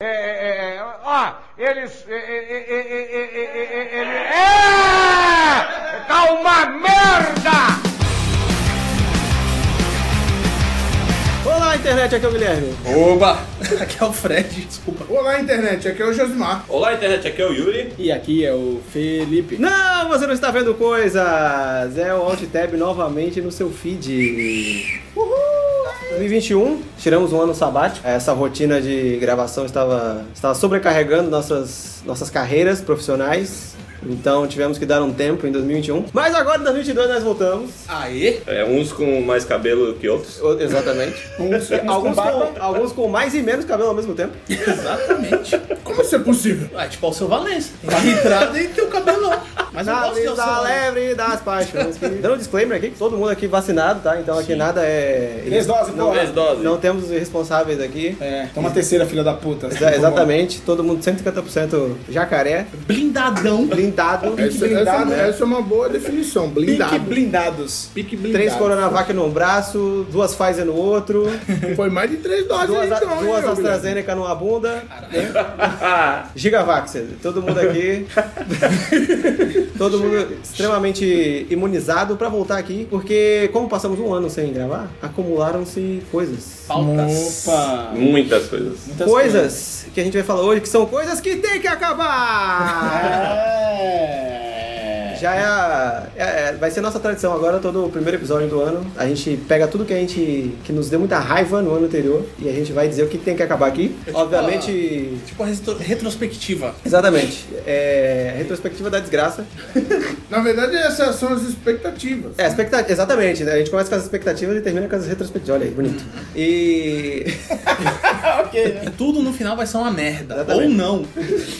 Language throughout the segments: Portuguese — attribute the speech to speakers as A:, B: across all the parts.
A: É, é, é, ó, eles. é, é, é, é, é, é, é, é, ele- É! Tá uma merda!
B: Olá, internet, aqui é o Guilherme.
C: Oba! Aqui é o Fred, desculpa.
D: Olá, internet. Aqui é o Josimar.
E: Olá, internet, aqui é o Yuri.
C: E aqui é o Felipe.
B: Não, você não está vendo coisas! É o Alt Tab novamente no seu feed. Uhul! 2021, tiramos um ano sabático. Essa rotina de gravação estava, estava sobrecarregando nossas, nossas carreiras profissionais. Então tivemos que dar um tempo em 2021. Mas agora em 2022 nós voltamos.
C: Aê!
E: É, uns com mais cabelo que outros.
B: O- Exatamente. alguns, com, alguns com mais e menos cabelo ao mesmo tempo.
C: Exatamente.
D: Como isso é possível? Tá
C: Ah, tipo o seu Valença. Tem que entrar e tem o cabelo. Mas eu
B: Na
C: gosto de
B: lista
C: Alceu Valença.
B: leve das paixões. Dando um disclaimer aqui, que todo mundo aqui vacinado, tá? Então aqui nada é...
D: Três doses,
B: não,
D: porra.
E: Três doses.
B: Não temos irresponsáveis aqui.
D: É, toma a terceira, filha da puta.
C: É,
B: Exa- exatamente, todo mundo 150% jacaré,
C: Blindadão.
B: blindado,
C: é-
D: Essa, essa,
B: blindado,
D: essa é uma boa definição. Blindado.
B: Pique
D: blindados. Pique blindados.
B: três Coronavac num braço, duas Pfizer no outro,
D: Foi mais de três doses,
B: duas, a-
D: então. hein,
B: duas
D: meu
B: AstraZeneca numa bunda. Gigavaxer, todo mundo aqui. todo mundo extremamente imunizado pra voltar aqui, porque como passamos um ano sem gravar, acumularam-se coisas.
C: Pautas.
D: Opa.
E: Muitas coisas.
B: Coisas, que a gente vai falar hoje que são coisas que tem que acabar!
D: É.
B: Já é, a, é- é- vai ser nossa tradição agora, todo o primeiro episódio do ano. A gente pega tudo que a gente. que nos deu muita raiva no ano anterior e a gente vai dizer o que tem que acabar aqui. Obviamente.
C: Tipo a retro- retrospectiva.
B: Exatamente. É. Retrospectiva da desgraça.
D: Na verdade, essas são as expectativas.
B: É, expectativa. Exatamente, né? A gente começa com as expectativas e termina com as retrospectivas. Olha aí, bonito. E.
C: E tudo no final vai ser uma merda.
B: Exatamente.
C: Ou não.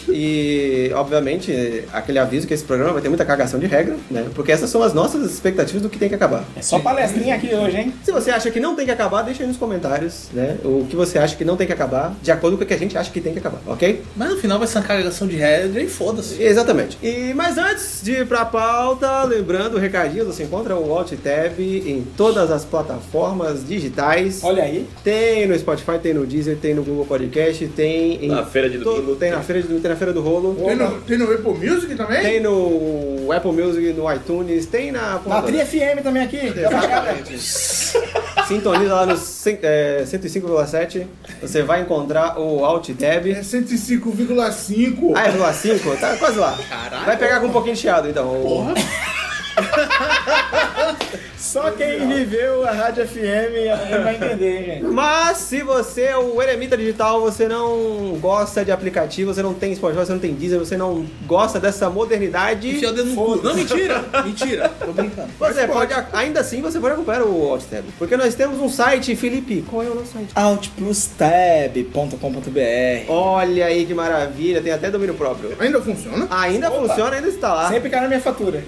B: E, obviamente, aquele aviso que esse programa vai ter muita cagação de regra, né? Porque essas são as nossas expectativas do que tem que acabar.
D: É só palestrinha aqui hoje, hein?
B: Se você acha que não tem que acabar, deixa aí nos comentários, né? O que você acha que não tem que acabar, de acordo com o que a gente acha que tem que acabar, ok?
C: Mas no final vai ser uma cagação de regra e foda-se.
B: Exatamente. E mas antes de ir pra pauta, lembrando, recadinho, você encontra o Alt Tab em todas as plataformas digitais.
D: Olha aí.
B: Tem no Spotify, tem no Deezer, tem no Google Podcast, tem em
E: Na feira de
B: to-
E: domingo.
B: tem na feira de domingo, tem na feira do rolo.
D: Tem no, tem no Apple Music também?
B: Tem no Apple Music, no iTunes, tem na.
D: Na Tri FM também aqui.
B: Exatamente. Sintoniza lá no cin- é, 105,7. Você vai encontrar o Alt Tab.
D: É 105,5.
B: Ah, é lá 5? Tá quase lá.
C: Caralho.
B: Vai pegar com um pouquinho de chiado, então.
C: Porra.
D: Só quem viveu a Rádio FM vai entender, hein, gente.
B: Mas se você é o Eremita Digital, você não gosta de aplicativo, você não tem Spotify, você não tem Deezer, você não gosta dessa modernidade,
C: Enfia o dedo no cu. Não, mentira. mentira. Tô brincando.
B: você pode, ainda assim, você pode acompanhar o Outstep. Porque nós temos um site, Felipe, qual é o nosso site?
C: Outplustab.com.br
B: Olha aí que maravilha, tem até domínio próprio.
D: Ainda funciona?
B: Ainda funciona, ainda está lá.
D: Sempre cai na minha fatura.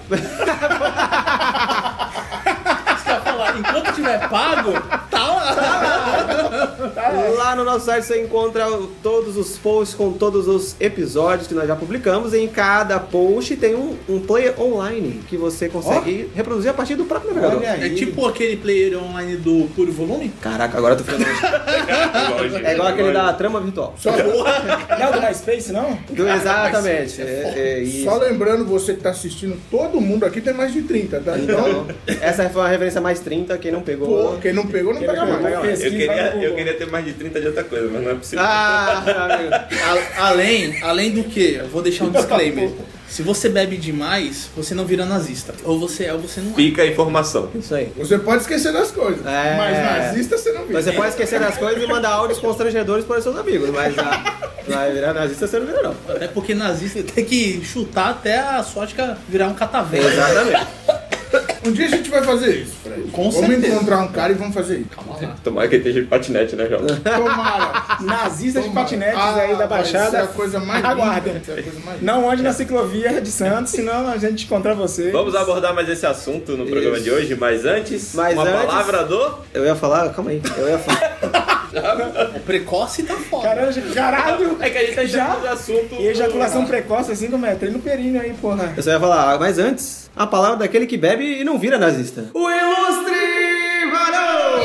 C: falar, enquanto tiver pago, tá lá.
B: Lá no nosso site você encontra todos os posts com todos os episódios que nós já publicamos. Em cada post tem um, um player online que você consegue reproduzir a partir do próprio navegador.
C: É tipo aquele player online do Puro Volume?
B: Caraca, agora eu tô ficando. é igual aquele da trama virtual.
F: Não é o do MySpace, não?
B: Do- exatamente. É- é isso.
D: Só lembrando, você que tá assistindo, todo mundo aqui tem mais de 30, tá?
B: Então,
D: Então,
B: essa foi uma referência mais 30, quem não pegou.
D: pô, quem não pegou, não
B: Quem
D: pega
B: não pegou,
D: mais.
B: pega
E: Tá, Eu
F: Pesquisa lá no
E: queria,
F: Google.
E: eu queria ter mais de 30 de outra coisa, mas não é possível.
B: Ah, amigo.
C: A- além, além do que, eu vou deixar um disclaimer. Se você bebe demais, você não vira nazista. Ou você é ou você não é.
E: Fica a informação.
B: Isso aí.
D: Você pode esquecer das coisas,
B: É.
D: mas nazista você não viu.
B: Então você pode esquecer das coisas e mandar áudios constrangedores para os seus amigos, mas ah, vai virar nazista, você não vira, não.
C: é. Até porque nazista tem que chutar até a suástica virar um catavento.
B: Exatamente.
D: Um dia a gente vai fazer isso, Fred.
C: Com
D: vamos
C: certeza.
D: encontrar um cara e vamos fazer isso.
E: Tomara que esteja de patinete, né, João?
D: Tomara.
F: Nazistas de
D: Tomara.
F: patinetes
D: Ah,
F: aí da
D: vai ser a
F: Baixada.
D: coisa mais linda,
F: Aguardem.
D: vai ser a coisa mais linda.
F: Não ande na ciclovia de Santos, senão a gente encontra você.
E: Vamos abordar mais esse assunto no programa de hoje, mas antes,
B: Mas
E: uma
B: antes-
E: palavra do.
B: Eu ia falar, calma aí, eu ia falar.
C: O precoce tá foda.
F: Caralho, caralho!
E: É que a gente tá
F: Já?
E: entrando no assunto.
F: E ejaculação precoce, assim como é, treino períneo aí, porra.
B: Eu só ia falar, ah, mas antes, a palavra daquele que bebe e não vira nazista. O ilustre varão!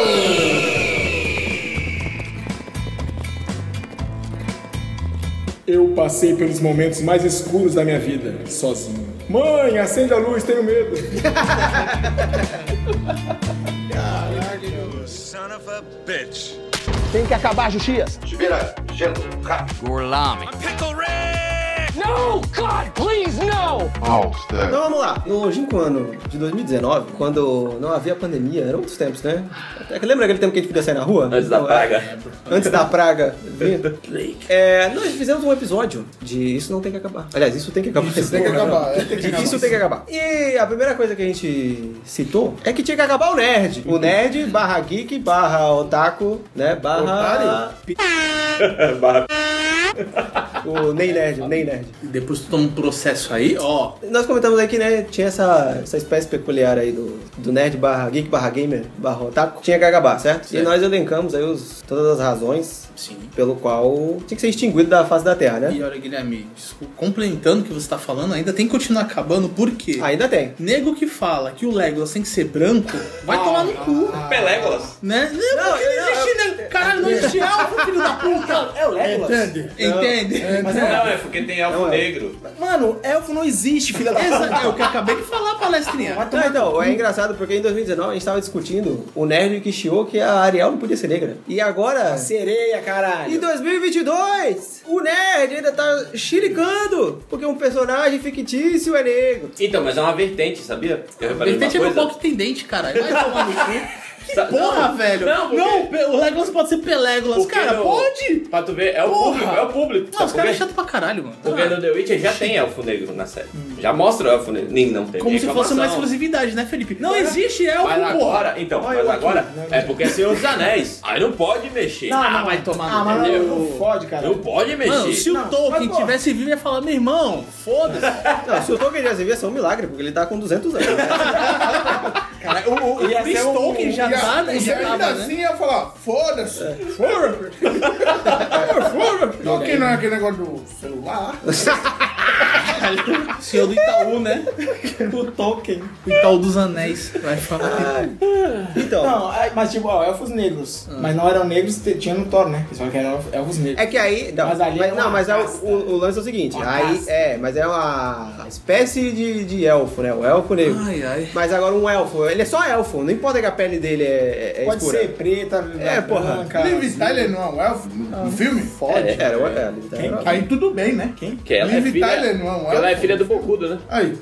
F: Eu passei pelos momentos mais escuros da minha vida, sozinho. Mãe, acende a luz, tenho medo.
B: Então vamos lá. No longínquo ano de 2019, quando não havia pandemia, eram outros tempos, né? Até que- Lembra aquele tempo que a gente podia sair na rua?
E: Antes da
B: Não, é.
E: praga.
B: Antes da praga vir. É, nós fizemos um episódio de Isso Não Tem Que Acabar. Aliás, Isso Tem Que Acabar. Isso Tem Que Acabar. Isso Tem Que Acabar. E a primeira coisa que a gente citou é que tinha que acabar o nerd. O nerd barra geek barra otaku, né? Barra...
E: Barra-
B: O Ney Nerd, o Ney Nerd.
C: E depois tu toma um processo aí, ó.
B: Nós comentamos aí que né, tinha essa, essa espécie peculiar aí do, do nerd barra geek barra gamer barra otaku. Tinha que acabar, certo? E
C: Certo.
B: nós elencamos aí os, todas as razões
C: Sim.
B: pelo qual tinha que ser extinguido da face da Terra, né?
C: E olha, Guilherme, desculpa, complementando o que você tá falando, ainda tem que continuar acabando, por quê?
B: Ainda tem.
C: Nego que fala que o Legolas tem que ser branco, vai tomar no cu,
E: Ah. Pelégolas.
C: né? Não, porque não existe, né? Caralho, não existe alvo, filho da puta!
B: É o Legolas.
C: Entende?
E: Mas não, é porque tem elfo negro.
D: Mano, elfo não existe, filha da
C: Exa- é o que eu acabei de falar, palestrinha.
B: Não, então, é engraçado porque em 2019 a gente tava discutindo o nerd que chiou que a Ariel não podia ser negra. E agora,
D: Sereia, caralho.
B: em 2022, o nerd ainda tá xiricando porque um personagem fictício é negro.
E: Então, mas é uma vertente, sabia? Eu reparei
C: Vertente é
E: uma
C: meu
E: coisa.
C: pau que tem dente, caralho. Vai tomar no cu. Que
E: Sa-
C: porra,
E: não,
C: velho.
E: não, porque-
C: pe- o Legolas pode ser Pelégolas,
E: Porque
C: cara,
E: no-
C: pode.
E: Pra tu ver, é o
C: Porra.
E: público, é o público.
C: Não, os caras é
E: Porque-
C: chato pra caralho, mano.
E: Porque no The Witcher já tem elfo negro na série. Já mostra o elfo negro. Nem não tem.
C: Hum. Como se fosse uma
E: mais
C: exclusividade, né, Felipe? Não existe
D: é
C: elfo,
D: um
E: Mas
C: porra.
E: agora, então, mas agora
C: né?
E: é porque é Senhor dos Anéis. Aí não pode mexer.
C: Ah, vai tomar no
D: Ah,
C: cu.
D: mas
E: Entendeu?
D: não fode, cara.
E: Não pode mexer.
C: Mano, se o Tolkien
D: mas, pô.
C: tivesse vivo, ia falar, meu irmão, foda-se.
B: Não, se o Tolkien já se via, é um milagre, porque ele tá com 200 anos. né?
C: Cara, o, assim, o, o
D: Ia
C: Chris
D: ser um-
C: Tolkien já
G: E a-
C: nada,
G: e
C: já
G: ainda
C: tava, né?
G: assim ia falar, foda-se, foda-se, foda-se. Só que não é aquele negócio do celular.
C: Senhor do Itaú, né? o Tolkien. O Itaú dos Anéis. Vai falar.
B: Então,
D: Não, é- mas tipo, ó, elfos negros.
C: Ah.
D: Mas não eram negros, te- tinha no Thor, né? Eles falam que eram elf- elfos negros.
B: É que aí. Não, mas,
D: Mas ali é uma
B: não, mas é o,
D: casta.
B: o- o lance é o seguinte:
D: Uma
B: aí
D: casta.
B: é, mas é uma espécie de, de elfo, né? O elfo negro.
C: Ai, ai.
B: Mas agora um elfo, ele é só elfo, não importa que a pele dele é, é- é
D: Pode
B: escura.
D: ser preta,
B: É, porra.
D: branca.
G: Liv Tyler não é um elfo no no filme?
B: É, era, era, era, era.
G: Aí tudo bem, né? Quem?
E: Que ela é
G: Liv
E: filha,
G: Tyler não é um elfo.
E: ela é filha do Bocudo, né?
G: Aí,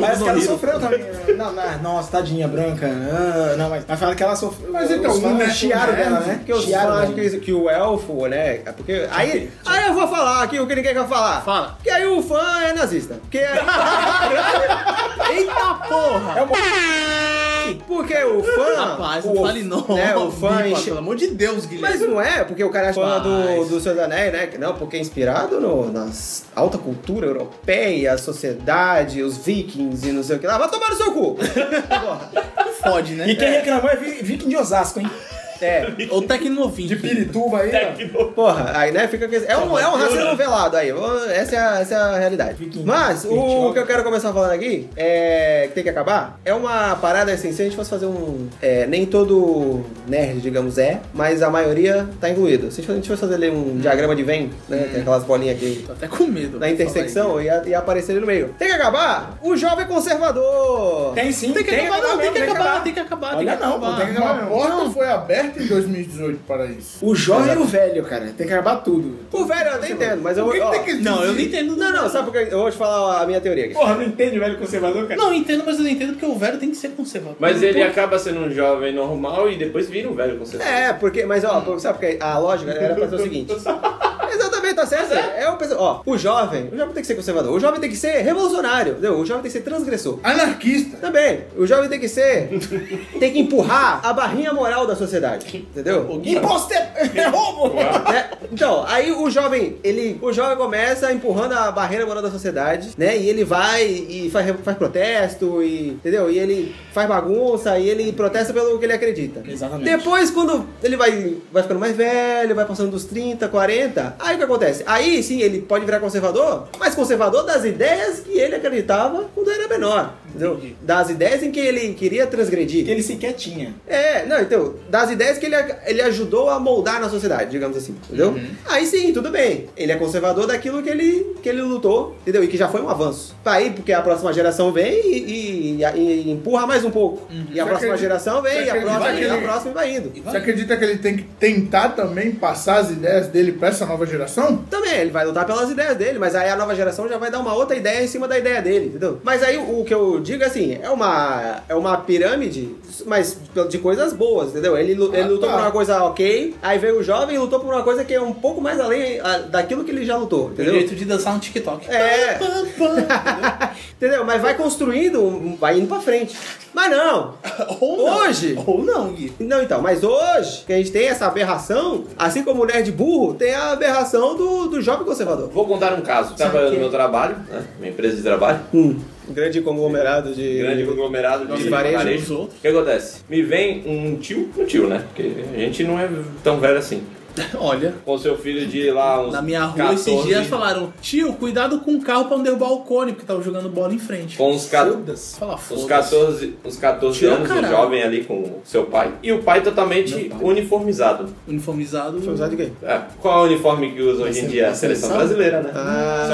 D: Mas que ela sofreu também. né? Não, não, nossa, tadinha branca. Ah, não, mas, mas fala que ela sofreu.
G: Mas então,
D: os fãs
G: né,
D: chiaram
G: né,
D: dela, né?
B: Porque os
D: Chiaram
B: fãs acham
D: dela.
B: que, que o elfo, né? é Porque. Aí, aí eu vou falar aqui o que ninguém quer falar.
C: Fala.
B: Porque aí o fã é nazista. Porque aí.
C: Eita porra!
B: Porque o fã.
C: Rapaz,
B: o,
C: não fale não.
B: Né, o fã
C: Bipa,
B: enche-
C: Pelo amor de Deus, Guilherme.
B: Mas não é, porque o cara é fã
C: Mas-
B: do, do Senhor dos Anéis, né? Que Não, porque é inspirado no, nas alta cultura europeia, a sociedade, os vikings e não sei o que lá. Vai tomar no seu cu! Porra.
C: fode, né?
D: E quem reclamou é Vi- Viking de Osasco, hein? É,
B: é,
C: Ou Tecnovin.
G: de pirituba aí, ó.
B: porra, aí né, fica com esse- é um, é um racismo velado aí, essa é a, essa é a realidade. Mas, o que eu quero começar falando aqui, é, que tem que acabar, é uma parada assim, se a gente fosse fazer um... é, nem todo nerd, digamos, é, mas a maioria tá incluído. Se a gente fosse fazer ali um diagrama de Venn, né, tem aquelas bolinhas aqui
C: Tô até com medo.
B: na intersecção e ia, ia aparecer ali no meio. Tem que acabar o jovem conservador.
D: Tem sim,
C: Tem que acabar, não, tem que
B: mesmo,
C: acabar, tem que acabar, tem que
D: Olha não, pô,
C: acabar.
D: tem que acabar
G: Uma
D: mesmo.
G: porta foi aberta em 2018 para isso.
D: O jovem era o velho, cara. Tem que acabar tudo.
B: O velho eu até entendo, mas eu.
G: O que, que
B: ó,
D: tá
G: tem que
C: Não, eu não
G: dizer?
C: entendo.
B: Não, não, sabe por que eu vou te falar a minha teoria aqui.
D: Porra, não entende o velho conservador, cara?
C: Não, eu entendo, mas eu não entendo porque o velho tem que ser conservador.
E: Mas ele
C: Hum, Pô,
E: acaba sendo um jovem normal e depois vira um velho conservador.
B: É, porque, mas ó, porque- sabe porque a lógica né, era pra ser o seguinte. Exatamente, tá certo. É o pessoal- ó, o jovem, o jovem tem que ser conservador, o jovem tem que ser revolucionário, entendeu? O jovem tem que ser transgressor.
G: Anarquista.
B: Também, o jovem tem que ser. tem que empurrar a barrinha moral da sociedade, entendeu?
D: Imposto é é roubo!
B: né? Então, aí o jovem, ele, o jovem começa empurrando a barreira moral da sociedade, né? E ele vai e faz, faz protesto e, entendeu? E ele faz bagunça e ele protesta pelo que ele acredita.
D: Exatamente.
B: Depois quando ele vai vai ficando mais velho, vai passando dos 30, 40, aí o que acontece? acontece? Aí sim ele pode virar conservador, mas conservador das ideias que ele acreditava quando era menor. Entendeu? Das ideias em que ele queria transgredir.
D: Que ele sequer tinha.
B: É, não, então, das ideias que ele, ele ajudou a moldar na sociedade, digamos assim, entendeu?
G: Uhum.
B: Aí sim, tudo bem. Ele é conservador daquilo que ele, que ele lutou, entendeu? E que já foi um avanço. Aí, porque a próxima geração vem e, e- e empurra mais um pouco. E a
G: Você
B: próxima
G: acredita-
B: geração vem,
G: você
B: e a
G: acredita
B: próxima,
G: que
B: e a
G: ele-
B: próxima e vai indo.
G: Você acredita que ele tem que tentar também passar as ideias dele pra essa nova geração?
B: Também, ele vai lutar pelas ideias dele, mas aí a nova geração já vai dar uma outra ideia em cima da ideia dele, entendeu? Mas aí o que eu digo assim, é uma, é uma pirâmide, mas de coisas boas, entendeu? Ele, lu- ele lutou
G: tá.
B: por uma coisa ok, aí veio o jovem e lutou por uma coisa que é um pouco mais além ah, daquilo que ele já lutou,
C: Tem
B: entendeu?
C: jeito de dançar um TikTok.
B: É. entendeu? Mas vai construindo, um- vai indo pra frente. Mas não!
C: Ou não.
B: Hoje?
C: Ou não, Gui.
B: Não, então, mas hoje que a gente tem essa aberração, assim como o nerd burro, tem a aberração do, do jovem conservador.
E: Vou contar um caso. Tava no meu trabalho, né? Minha empresa de trabalho. um
B: Hum, grande conglomerado de.
E: Grande conglomerado de
B: De varejo.
E: O que acontece? Me vem um tio, um tio, né? Porque a gente não é tão velho assim.
C: Olha.
E: Com seu filho de lá uns
C: Na minha rua
E: 14,
C: esses dias falaram, tio, cuidado com o carro pra não derrubar o cone, porque tava jogando bola em frente.
E: Com uns ca-
C: Foda-se. Fala
E: Os
C: foda-se.
E: 14, os 14
C: Tira o
E: anos, um
C: caralho.
E: jovem ali com seu pai. E o pai totalmente uniformizado.
C: Uniformizado.
B: Usado de quê?
E: É, qual é o uniforme que usa hoje em dia? A seleção brasileira, né? Só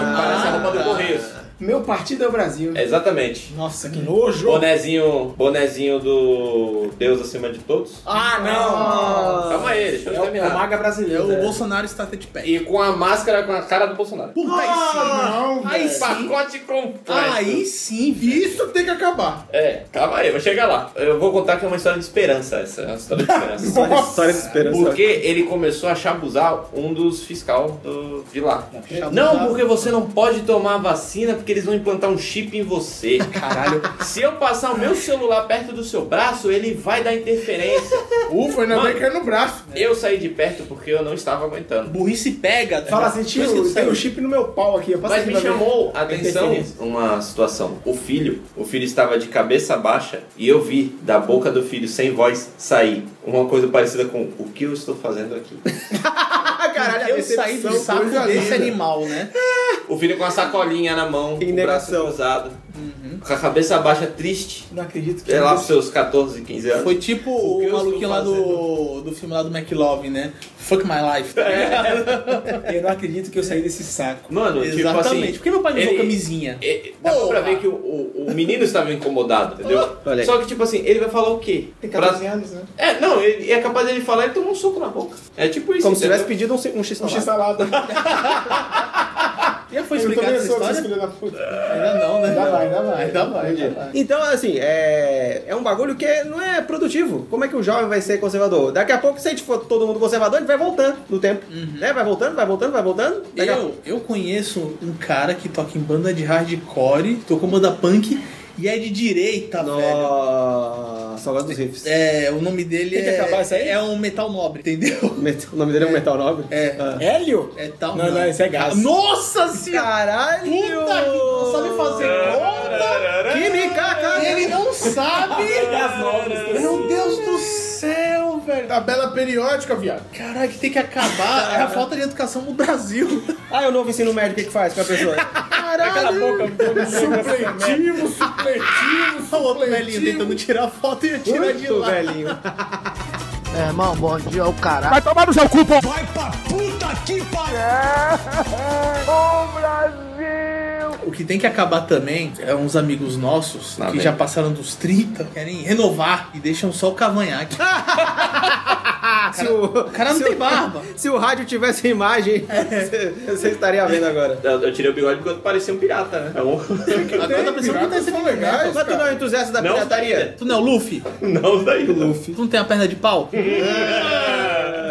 E: que
B: Ah,
E: parece a roupa do
C: Ah.
E: Correios.
D: Meu partido é o Brasil.
E: É, exatamente.
D: Nossa, que nojo.
E: Bonezinho, bonezinho do Deus acima de todos.
D: Ah, não.
E: Calma aí, deixa eu
D: É o
E: terminar.
D: maga
C: É,
D: brasileiro.
C: o Bolsonaro está até de pé.
E: E com a máscara com a cara do Bolsonaro.
C: Puta,
E: Ah!
G: Não,
C: aí
G: velho.
C: sim.
E: Pacote completo.
C: Aí sim, vi.
G: Isso tem que acabar.
E: É, calma aí, vou chegar lá. Eu vou contar que é uma história de esperança essa. É uma história de esperança.
B: Olha só essa esperança.
E: Porque ele começou a chabuzar um dos fiscal do- de lá. Não, porque você não pode tomar a vacina porque eles vão implantar um chip em você. Caralho. Se eu passar o meu celular perto do seu braço, ele vai dar interferência.
G: Ufa, ainda bem
E: Mano.
G: que é no braço.
E: Eu saí de perto porque eu não estava aguentando.
C: Burrice pega.
D: Fala assim,
E: Mas que
D: tio, tem
E: saiu.
D: um chip no meu pau aqui. Eu
E: Mas
D: passei
E: me
D: pra ver.
E: chamou a atenção
D: Interferência.
E: uma situação. O filho, o filho estava de cabeça baixa e eu vi da boca do filho sem voz sair uma coisa parecida com o que eu estou fazendo aqui.
B: Ah, caralho,
C: Eu saí do saco
G: coisa
C: desse
G: linda.
C: animal, né?
E: O filho com a sacolinha na mão,
B: Em
E: com o braço
B: negação.
E: cruzado, com a cabeça baixa, triste.
D: Não acredito que...
E: Sei lá, pros seus 14, 15 anos.
C: Foi tipo
E: É. que
C: o
E: eu estou
C: maluquinho lá do, do filme lá do McLove, né? Fuck my life. Tá
E: É. Tipo
C: ligado?
D: Eu não acredito que eu saí desse saco.
E: Mano,
C: Exatamente.
E: tipo
C: Por que meu pai não usou
E: ele-
C: camisinha?
E: assim. é- Dá
C: Porra.
E: pra ver que o, o, o menino estava incomodado, entendeu?
B: Olha aí.
E: Só que, tipo assim, ele vai falar o quê?
D: Tem
E: Pra-
D: 14 anos, né?
E: É, não, ele, é capaz dele falar e tomar um soco na boca. É tipo isso.
B: Como se
E: entendeu?
B: tivesse pedido um, ci- um x
D: Um x-salada.
C: Já foi
G: Eu
C: explicado
G: também
C: essa
G: sou
C: história?
G: desse filho da puta.
C: Ainda não, né?
D: Ainda vai, ainda vai.
C: Ainda vai. ainda vai.
B: Então, assim, é, é um bagulho que não é produtivo. Como é que o jovem vai ser conservador? Daqui a pouco, se a gente for todo mundo conservador, ele vai voltando no tempo. Né? Vai voltando, vai voltando, vai voltando. Daqui a-
C: Eu, eu conheço um cara que toca em banda de hardcore, tocou banda punk e é de direita, velho.
B: Nossa, saudade dos riffs.
C: É, o nome dele
D: Tem que
C: é,
D: acabar isso aí?
C: é um metal nobre, entendeu?
B: Metal- o nome dele é, um Metal Nobre?
C: É.
B: Ah.
D: Hélio?
C: É tal.
D: Não, não, esse é gás.
C: Nossa senhora!
B: Caralho!
C: Puta que não sabe fazer conta!
B: Química, cara!
C: Ele não sabe! Meu Deus do céu, velho!
G: Tabela periódica, viado.
C: Caralho, que tem que acabar é a falta de educação no Brasil.
B: Ah, é o novo ensino médio, o que, que faz com a pessoa?
G: Supletivo, supletivo,
C: O outro velhinho
G: supletivo.
C: tentando tirar foto e tirar de
B: Muito
C: lá.
B: velhinho.
C: O que tem que acabar também é uns amigos nossos
E: Lá
C: que
E: vem.
C: já passaram dos 30, querem renovar e deixam só o cavanhaque.
B: se o,
C: O cara não
B: se
C: tem barba.
B: Se o rádio tivesse imagem, você você estaria vendo agora.
E: Eu, eu tirei o bigode porque eu parecia um pirata, né? Então,
C: Agora tá pensando que
G: piratas
C: tá
G: são
E: né?
G: legais,
B: Mas tu não
G: cara.
B: é um entusiasta da
E: Não,
B: pirataria?
C: Tu não é o Luffy?
E: não daí. Não.
C: Tu não tem a perna de pau?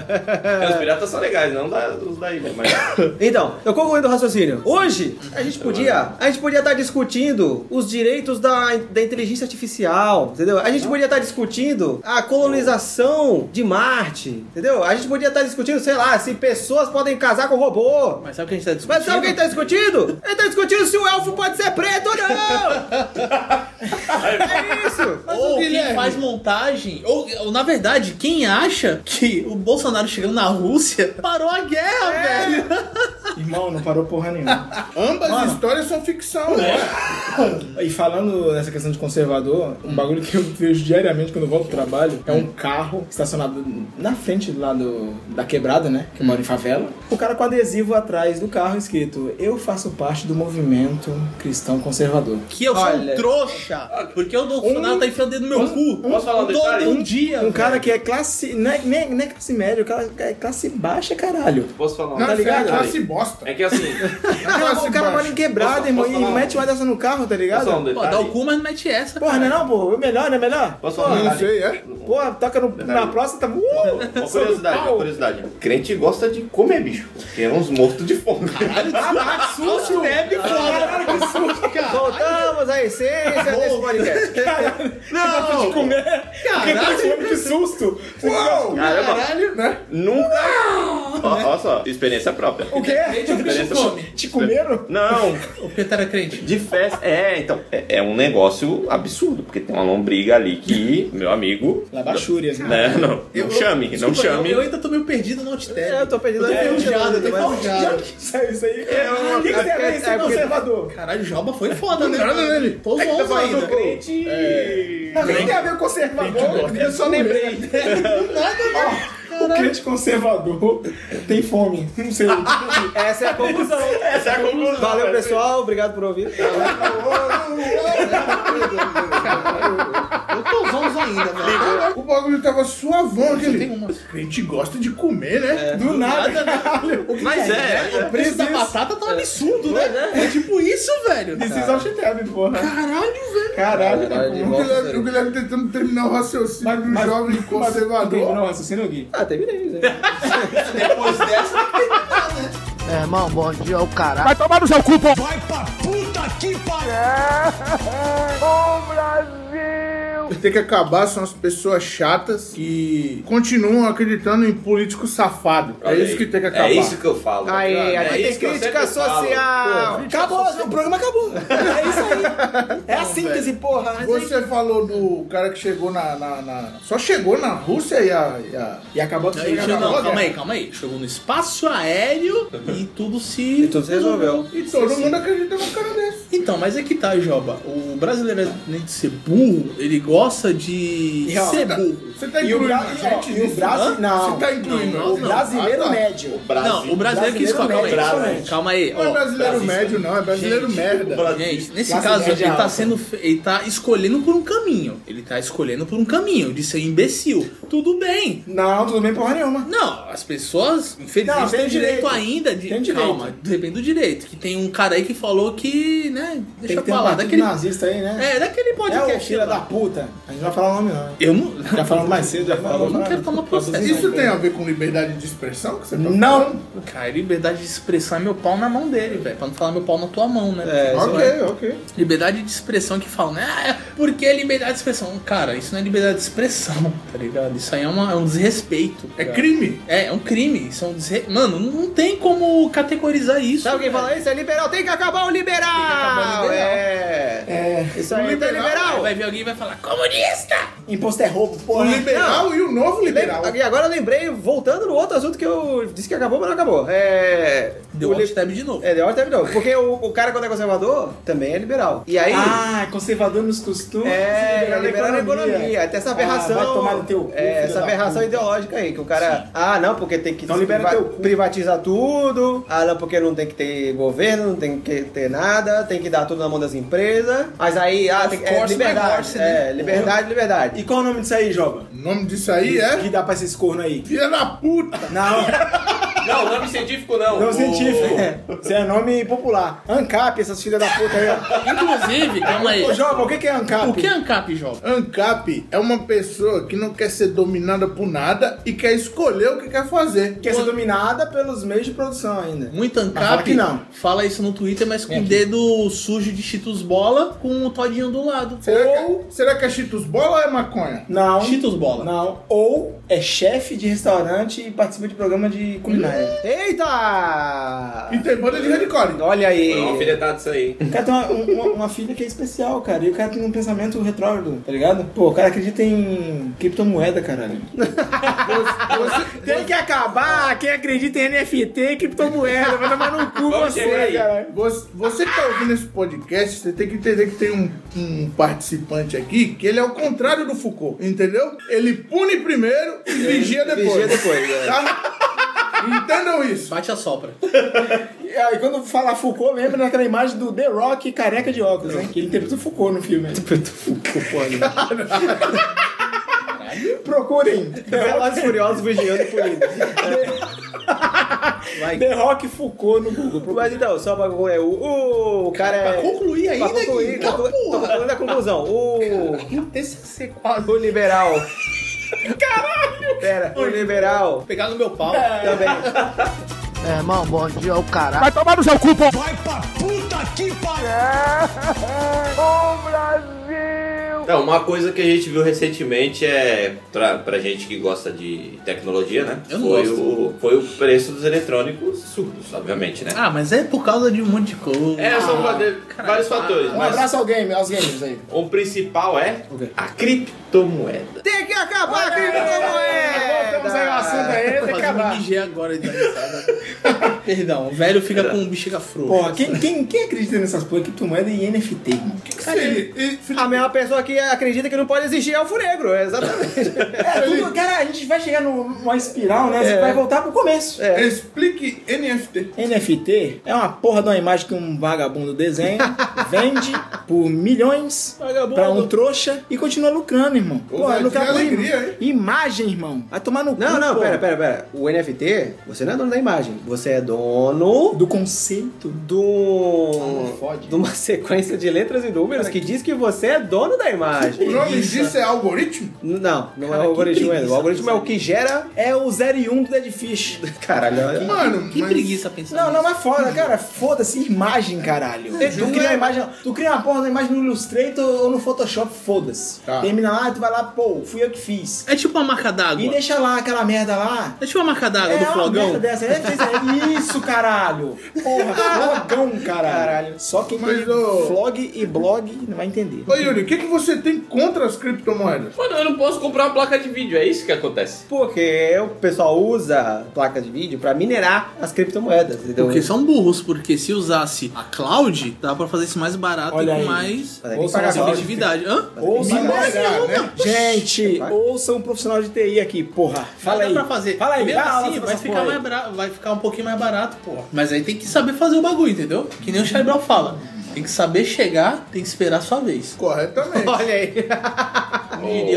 E: É, os piratas são legais, não da- os daí, né? Mas
B: Então, eu concluindo o raciocínio. Hoje, a gente podia. A gente podia estar discutindo os direitos da, da inteligência artificial, entendeu? A gente podia estar discutindo a colonização de Marte, entendeu? A gente podia estar discutindo, sei lá, se pessoas podem casar com robô.
C: Mas sabe o que a gente tá discutindo?
B: Mas sabe quem tá discutindo? Ele tá discutindo se o elfo pode ser preto ou não! é isso!
C: Ou quem faz montagem, ou, ou, na verdade, quem acha que o Bolsonaro chegando na Rússia parou a guerra, velho.
D: Irmão, não parou porra nenhuma.
G: Ambas histórias são ficção, né?
D: E falando nessa questão de conservador, um bagulho que eu vejo diariamente quando eu volto do trabalho é um carro estacionado na frente lá do, da quebrada, né? Que eu moro em favela. O cara com adesivo atrás do carro escrito: Eu faço parte do movimento cristão conservador.
C: Que eu sou um
D: Olha.
C: trouxa. Porque o Bolsonaro tá enfiando o dedo no meu cu.
E: Posso falar um
C: Todo
E: detalhe?
C: um dia.
D: Um cara que é classe. Não é, nem, nem é classe média, o cara é classe baixa, caralho.
E: Posso falar um
G: Não,
D: Tá
G: isso é
D: ligado?
G: classe bosta.
E: É que assim,
G: É
D: O cara,
G: classe
D: o cara
G: baixa.
D: mora em quebrada,
E: Posso-
D: irmão,
E: posso
D: e
E: falar um-
D: mete uma dessa no carro, tá
E: posso falar
D: ligado?
E: um
C: Pô, dá o
E: detalhe?
C: cu, mas não mete essa.
D: Porra, não é não, pô? Melhor, né? Melhor?
E: Posso falar um
G: Não
E: detalhe?
G: sei, é?
D: Porra, toca no, na próxima, tá. Uh!
E: Uma curiosidade, uma curiosidade. Crente gosta de comer, bicho. Porque é uns mortos de fome.
C: Susto, bebe fora.
D: Voltamos à essência desse podcast.
E: Não!
D: Caralho, que susto!
G: Uou!
E: Caramba,
G: Caralho, né?
E: nunca... Ó, ó só, experiência própria.
D: O quê?
C: Crente, o bicho come.
D: Te comeram?
E: Não,
C: O Pedro era crente.
E: de festa. É, então, é, é um negócio absurdo, porque tem uma lombriga ali que, meu amigo.
D: Labachúrias, né?
E: Né, não, não chame, não
C: Desculpa,
E: chame.
C: Eu, eu ainda tô meio perdido no
B: É,
C: Outback.
B: eu tô perdido
C: Eu tô
B: até hoje,
C: enferrujado, eu tô
B: mas-
C: enferrujado.
D: Sério, isso aí.
E: É uma-
D: O que, que você é,
B: é
D: ser
B: porque-
D: conservador?
C: Caralho, Joba foi foda, né? Nada nele. Tô zonzo ainda.
D: Não, o que tem a ver com conservador? Eu só lembrei.
F: O crente conservador tem fome. Não sei.
B: Essa é a conclusão.
E: Essa é a conclusão.
B: Valeu, pessoal. Obrigado por ouvir.
C: Eu tô zonzo ainda, velho.
G: O bagulho tava suavão
C: Tem
G: aquele.
C: uma.
G: A gente gosta de comer, né?
D: Do nada.
E: Mas é,
C: O preço da batata tá um absurdo, né? É tipo isso, velho.
D: Precisa de tab, porra.
C: Caralho, velho.
D: Caralho.
B: Caralho, de
G: O
B: volta,
G: Guilherme, o
B: sério.
G: Guilherme tentando terminar o raciocínio do jovem
D: Terminou
G: conservador.
D: o raciocínio, Gui?
B: Ah, terminei. né?
C: Depois dessa.
G: Tem que acabar são as pessoas chatas que continuam acreditando em político safado. É isso que tem que acabar.
E: É isso que eu falo.
B: Aí,
E: cara.
B: aí
E: É
B: tem
E: isso que eu
B: crítica
E: sempre falo.
B: social.
D: Acabou, o programa acabou. É isso aí. É a síntese, porra.
G: Você falou do cara que chegou na. na- na- Só chegou na Rússia e a. E, a...
D: E acabou
C: Não, ele chegou- não, calma aí, calma aí. Chegou no espaço aéreo e tudo se.
B: E tudo se resolveu.
G: e todo mundo acredita num cara desse.
C: Então, mas é que tá, Joba. O brasileiro, além de ser burro, ele gosta de
D: E, ó,
C: ser
D: tá-
C: burro.
G: Você tá
D: E o
G: incluindo a gente nisso?
D: Brasil. Não.
G: Você tá incluindo
C: Não, não,
D: O
G: nós?
D: brasileiro
G: Ah, tá.
D: médio.
C: Não, o brasileiro que escolhe. Calma aí.
D: brasileiro
C: Calma aí.
D: médio,
C: Calma aí.
G: Não é
C: ó.
G: brasileiro médio, não, é brasileiro
C: Gente,
G: merda.
C: Gente, nesse
D: Classe
C: caso,
D: média
C: ele tá
D: alta.
C: sendo. fe- Ele tá escolhendo por um caminho. Ele tá escolhendo por um caminho de ser imbecil. Tudo bem.
D: Não, tudo bem porra nenhuma.
C: Não, as pessoas,
D: Não,
C: infelizmente,
D: tem
C: têm o direito
D: direito.
C: ainda de.
D: Tem direito.
C: Calma, depende do direito. Que tem um cara aí que falou que, né?
D: Tem
C: Deixa
D: que
C: eu
D: ter um
C: falar.
D: partido
C: Daquele,
D: nazista aí, né?
C: é, daquele
D: É o
C: podcast.
D: filho
C: lá.
D: da puta. A gente não vai falar o nome, não.
C: Eu não.
D: Já falamos mais cedo, já
C: Eu
D: falamos.
C: não quero tomar processo.
G: Isso tem a ver com liberdade de expressão que você tá
D: Não!
C: Cara, liberdade de expressão é meu pau na mão dele, velho. Pra não falar meu pau na tua mão, né?
B: É, isso aí.
G: Ok, ok.
C: Liberdade de expressão que falam, né? Ah, é porque liberdade de expressão. Cara, isso não é liberdade de expressão, tá ligado? Isso aí é, uma- é um desrespeito.
G: É
C: cara.
G: crime.
C: É, é um crime. Isso é um desre... Mano, não- não tem como categorizar isso.
B: Sabe quem
C: velho.
B: fala isso? É liberal. Tem que acabar o
C: acabar o
B: liberal.
C: liberal.
B: É. Isso aí. Tem liberal.
C: Vai ver alguém e vai falar, comunista!
D: Imposto é roubo, porra.
G: O liberal e o novo liberal.
B: E agora eu lembrei, voltando no outro assunto que eu disse que acabou, mas não acabou. É.
C: Deu
B: o
C: o
B: li-
C: tab de novo.
B: É, The Order não. Porque o, o cara quando é conservador também é liberal. E aí.
D: Ah, conservador nos costumes.
B: É, liberal, na economia. Até essa aberração.
D: Ah, vai tomar no teu cu,
B: é,
D: filho
B: essa
D: da
B: aberração
D: puta.
B: ideológica aí, que o cara. Ah, não, porque tem que
D: Então libera teu cu.
B: privatizar tudo. Ah, não, porque não tem que ter governo, não tem que ter nada, tem que dar tudo na mão das empresas. Mas aí, ah,
C: Of
B: tem, é
C: course,
B: liberdade.
C: negócio, né?
B: É, liberdade, liberdade.
D: E qual é o nome disso aí, Joba?
G: O nome disso aí é.
D: Que dá pra esses corno aí?
G: Filha da puta!
D: Não,
E: Não, nome científico não.
D: não é
E: O-
D: científico. Isso é nome popular. ANCAP, essas filhas da puta aí, ó.
C: Inclusive, calma aí.
D: Ô, Joba, o que que é ANCAP?
C: O que é ANCAP, Jovem?
G: ANCAP é uma pessoa que não quer ser dominada por nada e quer escolher o que quer fazer.
D: Quer ser é dominada pelos meios de produção ainda.
C: Muito
D: Mas fala
C: ANCAP
D: que não.
C: fala isso no Twitter, mas com o dedo sujo de Cheetos Bola com o todinho do lado.
G: Será, que, será que é Cheetos Bola ou é maconha?
D: Não.
C: Cheetos Bola.
D: Não. Ou é chefe de restaurante e participa de programa de culinária.
B: Eita!
G: E tem banda de hardcore.
B: Olha aí.
E: Foi é uma alfinetada isso aí.
D: O cara tem uma, um- uma, uma filha que é especial, cara. E o cara tem um pensamento retrógrado, tá ligado? Pô, o cara acredita em criptomoeda, caralho. tem que acabar quem acredita em NFT e criptomoeda. Vai tomar no cu
E: Vamos chegar aí.
G: Você, você que tá ouvindo esse podcast, você tem que entender que tem um, um participante aqui que ele é o contrário do Foucault, entendeu? Ele pune primeiro e vigia depois.
B: vigia depois, é.
G: tá? Entendam isso.
C: Bate a sopra.
D: E aí, quando fala Foucault, lembra daquela imagem do The Rock careca de óculos, né? Que ele interpreta o Foucault no filme. Interpreta o Foucault, Procurem.
B: Velozes e Furiosos vigiando e punindo. Vai.
D: The Rock Foucault no Google.
B: Mas então, só pra concluir, o, o, o cara
D: Tá
B: é...
C: Pra concluir ainda,
B: pra concluir,
C: Gui?
B: tô,
C: Tá,
B: tô
C: porra.
B: concluindo a conclusão. O,
C: TCC
G: é
C: quase.
B: o liberal... Caralho! Pera, o liberal
C: Pegar no meu pau.
D: É,
B: também...
E: Então, uma coisa que a gente viu recentemente é, pra, pra gente que gosta de tecnologia, né?
C: Eu não
E: foi,
C: gosto.
E: O, foi o preço dos eletrônicos surdos, obviamente, né?
C: Ah, mas é por causa de um monte de coisa.
E: é, são va- vários fatores,
D: Um
E: mas
D: abraço ao game, aos games aí.
E: o principal é a criptomoeda.
B: Tem que acabar a
D: é, Voltamos aí ao assunto
B: criptomoeda!
D: aí, tem
C: Tô
D: que
C: fazendo
D: acabar.
C: um IG agora de dar risada. Perdão, o velho fica com bexiga frouxa.
D: Porra, quem, quem, quem acredita nessas porra? Criptomoeda e NFT, mano. Que cara,
G: Sim, e-
B: A mesma pessoa que acredita que não pode existir é o Furegro, exatamente.
D: é, tudo, cara, a gente vai chegar num- numa espiral, né? Você vai voltar pro começo.
B: É.
G: Explique NFT.
D: NFT é uma porra de uma imagem que um vagabundo desenha, vende por milhões pra um trouxa e continua lucrando, irmão. Porra,
G: Ousadia
D: lucrar
G: e
D: com
G: alegria,
D: im-
G: hein?
D: imagem, irmão. Vai tomar no
B: Não,
D: cu,
B: não,
D: porra.
B: pera, pera, pera. O NFT, você não é dono da imagem. Você é dono
D: Do conceito. Ah,
B: do,
D: fode.
B: de uma sequência de letras e números que diz que você é dono da
G: O
B: imagem.
G: nome disso é algoritmo?
B: Não, não é
D: Cara,
B: o
D: que
B: algoritmo ainda.
D: preguiça
B: O algoritmo é o que gera.
D: É o 0 e 1 um do Dead Fish.
B: Caralho, olha-
G: Mano,
C: Que
G: mas-
C: preguiça pensar
D: Não, não,
C: nisso.
D: mas foda, cara. Foda-se, imagem, caralho. Tu
B: Não
D: cria
B: é-
D: uma imagem, tu cria uma porra da imagem no Illustrator ou no Photoshop, foda-se.
G: Tá.
D: Termina lá, tu vai lá, pô, fui eu que fiz.
C: É tipo uma marca d'água.
D: E deixa lá aquela merda lá.
C: É tipo uma marca d'água do
D: uma
C: flogão.
D: merda dessa, é, é isso, caralho! Porra, flogão, caralho. Só quem
G: Mas,
D: tem
G: ô-
D: flog e blog não vai entender.
G: Ô Yuri, o que, que você tem contra as criptomoedas?
E: Mano, eu não posso comprar uma placa de vídeo, é isso que acontece.
B: Porque é o pessoal usa placa de vídeo pra minerar as criptomoedas, entendeu?
C: Porque são burros, porque se usasse a cloud, dá pra fazer isso mais barato e
D: Olha aí.
C: com mais
B: Mas aí tem que
D: Ouça
B: pagar
D: nossa
B: cloud.
C: atividade. Hã?
D: Ouça
G: Minerar, né?
D: Gente,
B: Vai.
D: ouça um profissional de TI aqui, porra. Fala
C: dá
D: aí.
C: pra fazer.
D: Fala aí,
C: Mesmo
D: dá aula
C: assim,
D: sobre
C: vai
D: essa
C: ficar,
D: porra
C: mais
D: aí.
C: bra- vai ficar um pouquinho mais barato, porra. Mas aí tem que saber fazer o bagulho, entendeu? Que nem o Charibral fala. Tem que saber chegar, tem que esperar a sua vez.
G: Corretamente.
B: Olha aí.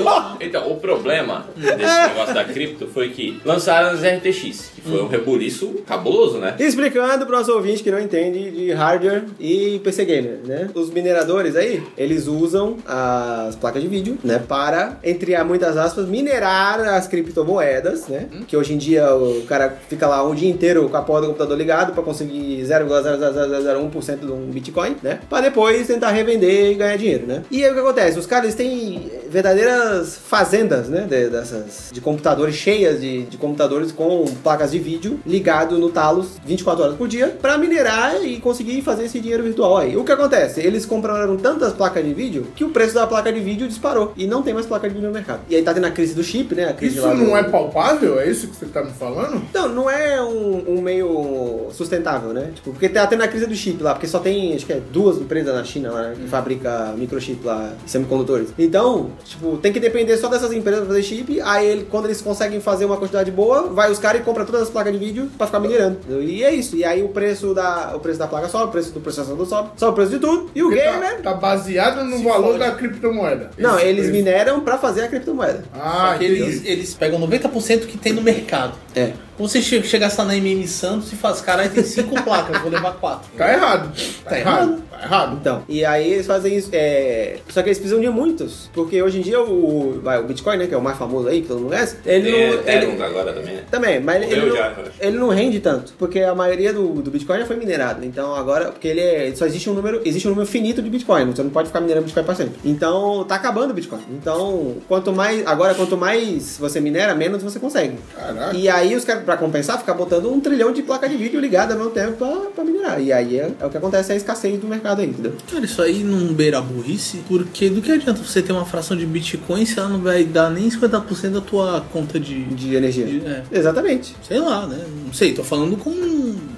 E: O- Então, o problema desse negócio da cripto foi que lançaram as RTX, que foi um rebuliço cabuloso, né?
B: Explicando pro nosso ouvinte que não entende de hardware e PC gamer, né? Os mineradores aí, eles usam as placas de vídeo, né? Para, entre a- muitas aspas, minerar as criptomoedas, né? Que hoje em dia o cara fica lá um dia inteiro com a porta do computador ligado para conseguir 0,00001% de um Bitcoin, né? Para depois tentar revender e ganhar dinheiro, né? E aí o que acontece? Os caras eles têm verdadeiras fazendas, né? de- dessas, de computadores cheias de, de computadores com placas de vídeo ligado no talos 24 horas por dia para minerar e conseguir fazer esse dinheiro virtual aí. O que acontece? Eles compraram tantas placas de vídeo que o preço da placa de vídeo disparou e não tem mais placa de vídeo no mercado. E aí tá tendo a crise do chip, né? A crise
G: Isso
B: lá do-
G: não é palpável? É isso que você tá me falando?
B: então, não é um, um meio sustentável, né? Tipo, porque tá tendo a crise do chip lá, porque só tem, acho que é duas empresas na China lá, né,
G: Hum.
B: que fabrica microchip lá, semicondutores. Então, tipo, tem que depender só dessas empresas pra fazer chip, aí ele- quando eles conseguem fazer uma quantidade boa, vai os caras e compra todas as placas de vídeo pra ficar minerando. E é isso. E aí o preço da, o preço da placa sobe, o preço do processador sobe, sobe o preço de tudo, e o
G: Porque tá-
B: gamer...
G: Tá, baseado no valor da criptomoeda.
B: né? Não,
G: Esse
B: eles
G: preço.
B: mineram pra fazer a criptomoeda.
G: Ah,
C: Porque eles,
G: eles...
C: eles pegam 90% que tem no mercado. Então,
B: É.
C: Você che- chegar só na MM Santos e faz, caralho, tem cinco placas, vou levar quatro.
G: Tá errado. Tá, errado. Tá errado.
B: Então, e aí eles fazem isso. É... Só que eles precisam de muitos. Porque hoje em dia o, vai, o Bitcoin, né, que é o mais famoso aí, que todo mundo conhece, ele
E: Tem
B: não.
E: É, Ethereum
B: ele-
E: agora também, né?
B: Também, mas ele,
E: Eu
B: não,
E: já, eu acho.
B: ele não rende tanto, porque a maioria do, do Bitcoin já foi minerado. Então agora, porque ele é, só existe um número, existe um número finito de Bitcoin, você não pode ficar minerando Bitcoin para sempre. Então tá acabando o Bitcoin. Então, quanto mais agora quanto mais você minera, menos você consegue.
G: Caraca.
B: E aí os caras, pra pra compensar, ficar botando um trilhão de placa de vídeo ligada ao mesmo tempo pra, pra minerar. E aí é, é o que acontece, é a escassez do mercado aí, entendeu?
C: Cara, isso aí não beira a burrice, porque do que adianta você ter uma fração de Bitcoin se ela não vai dar nem 50% da tua conta de.
B: De energia.
C: de- é,
B: Exatamente.
C: sei lá, né? Não sei, tô falando com.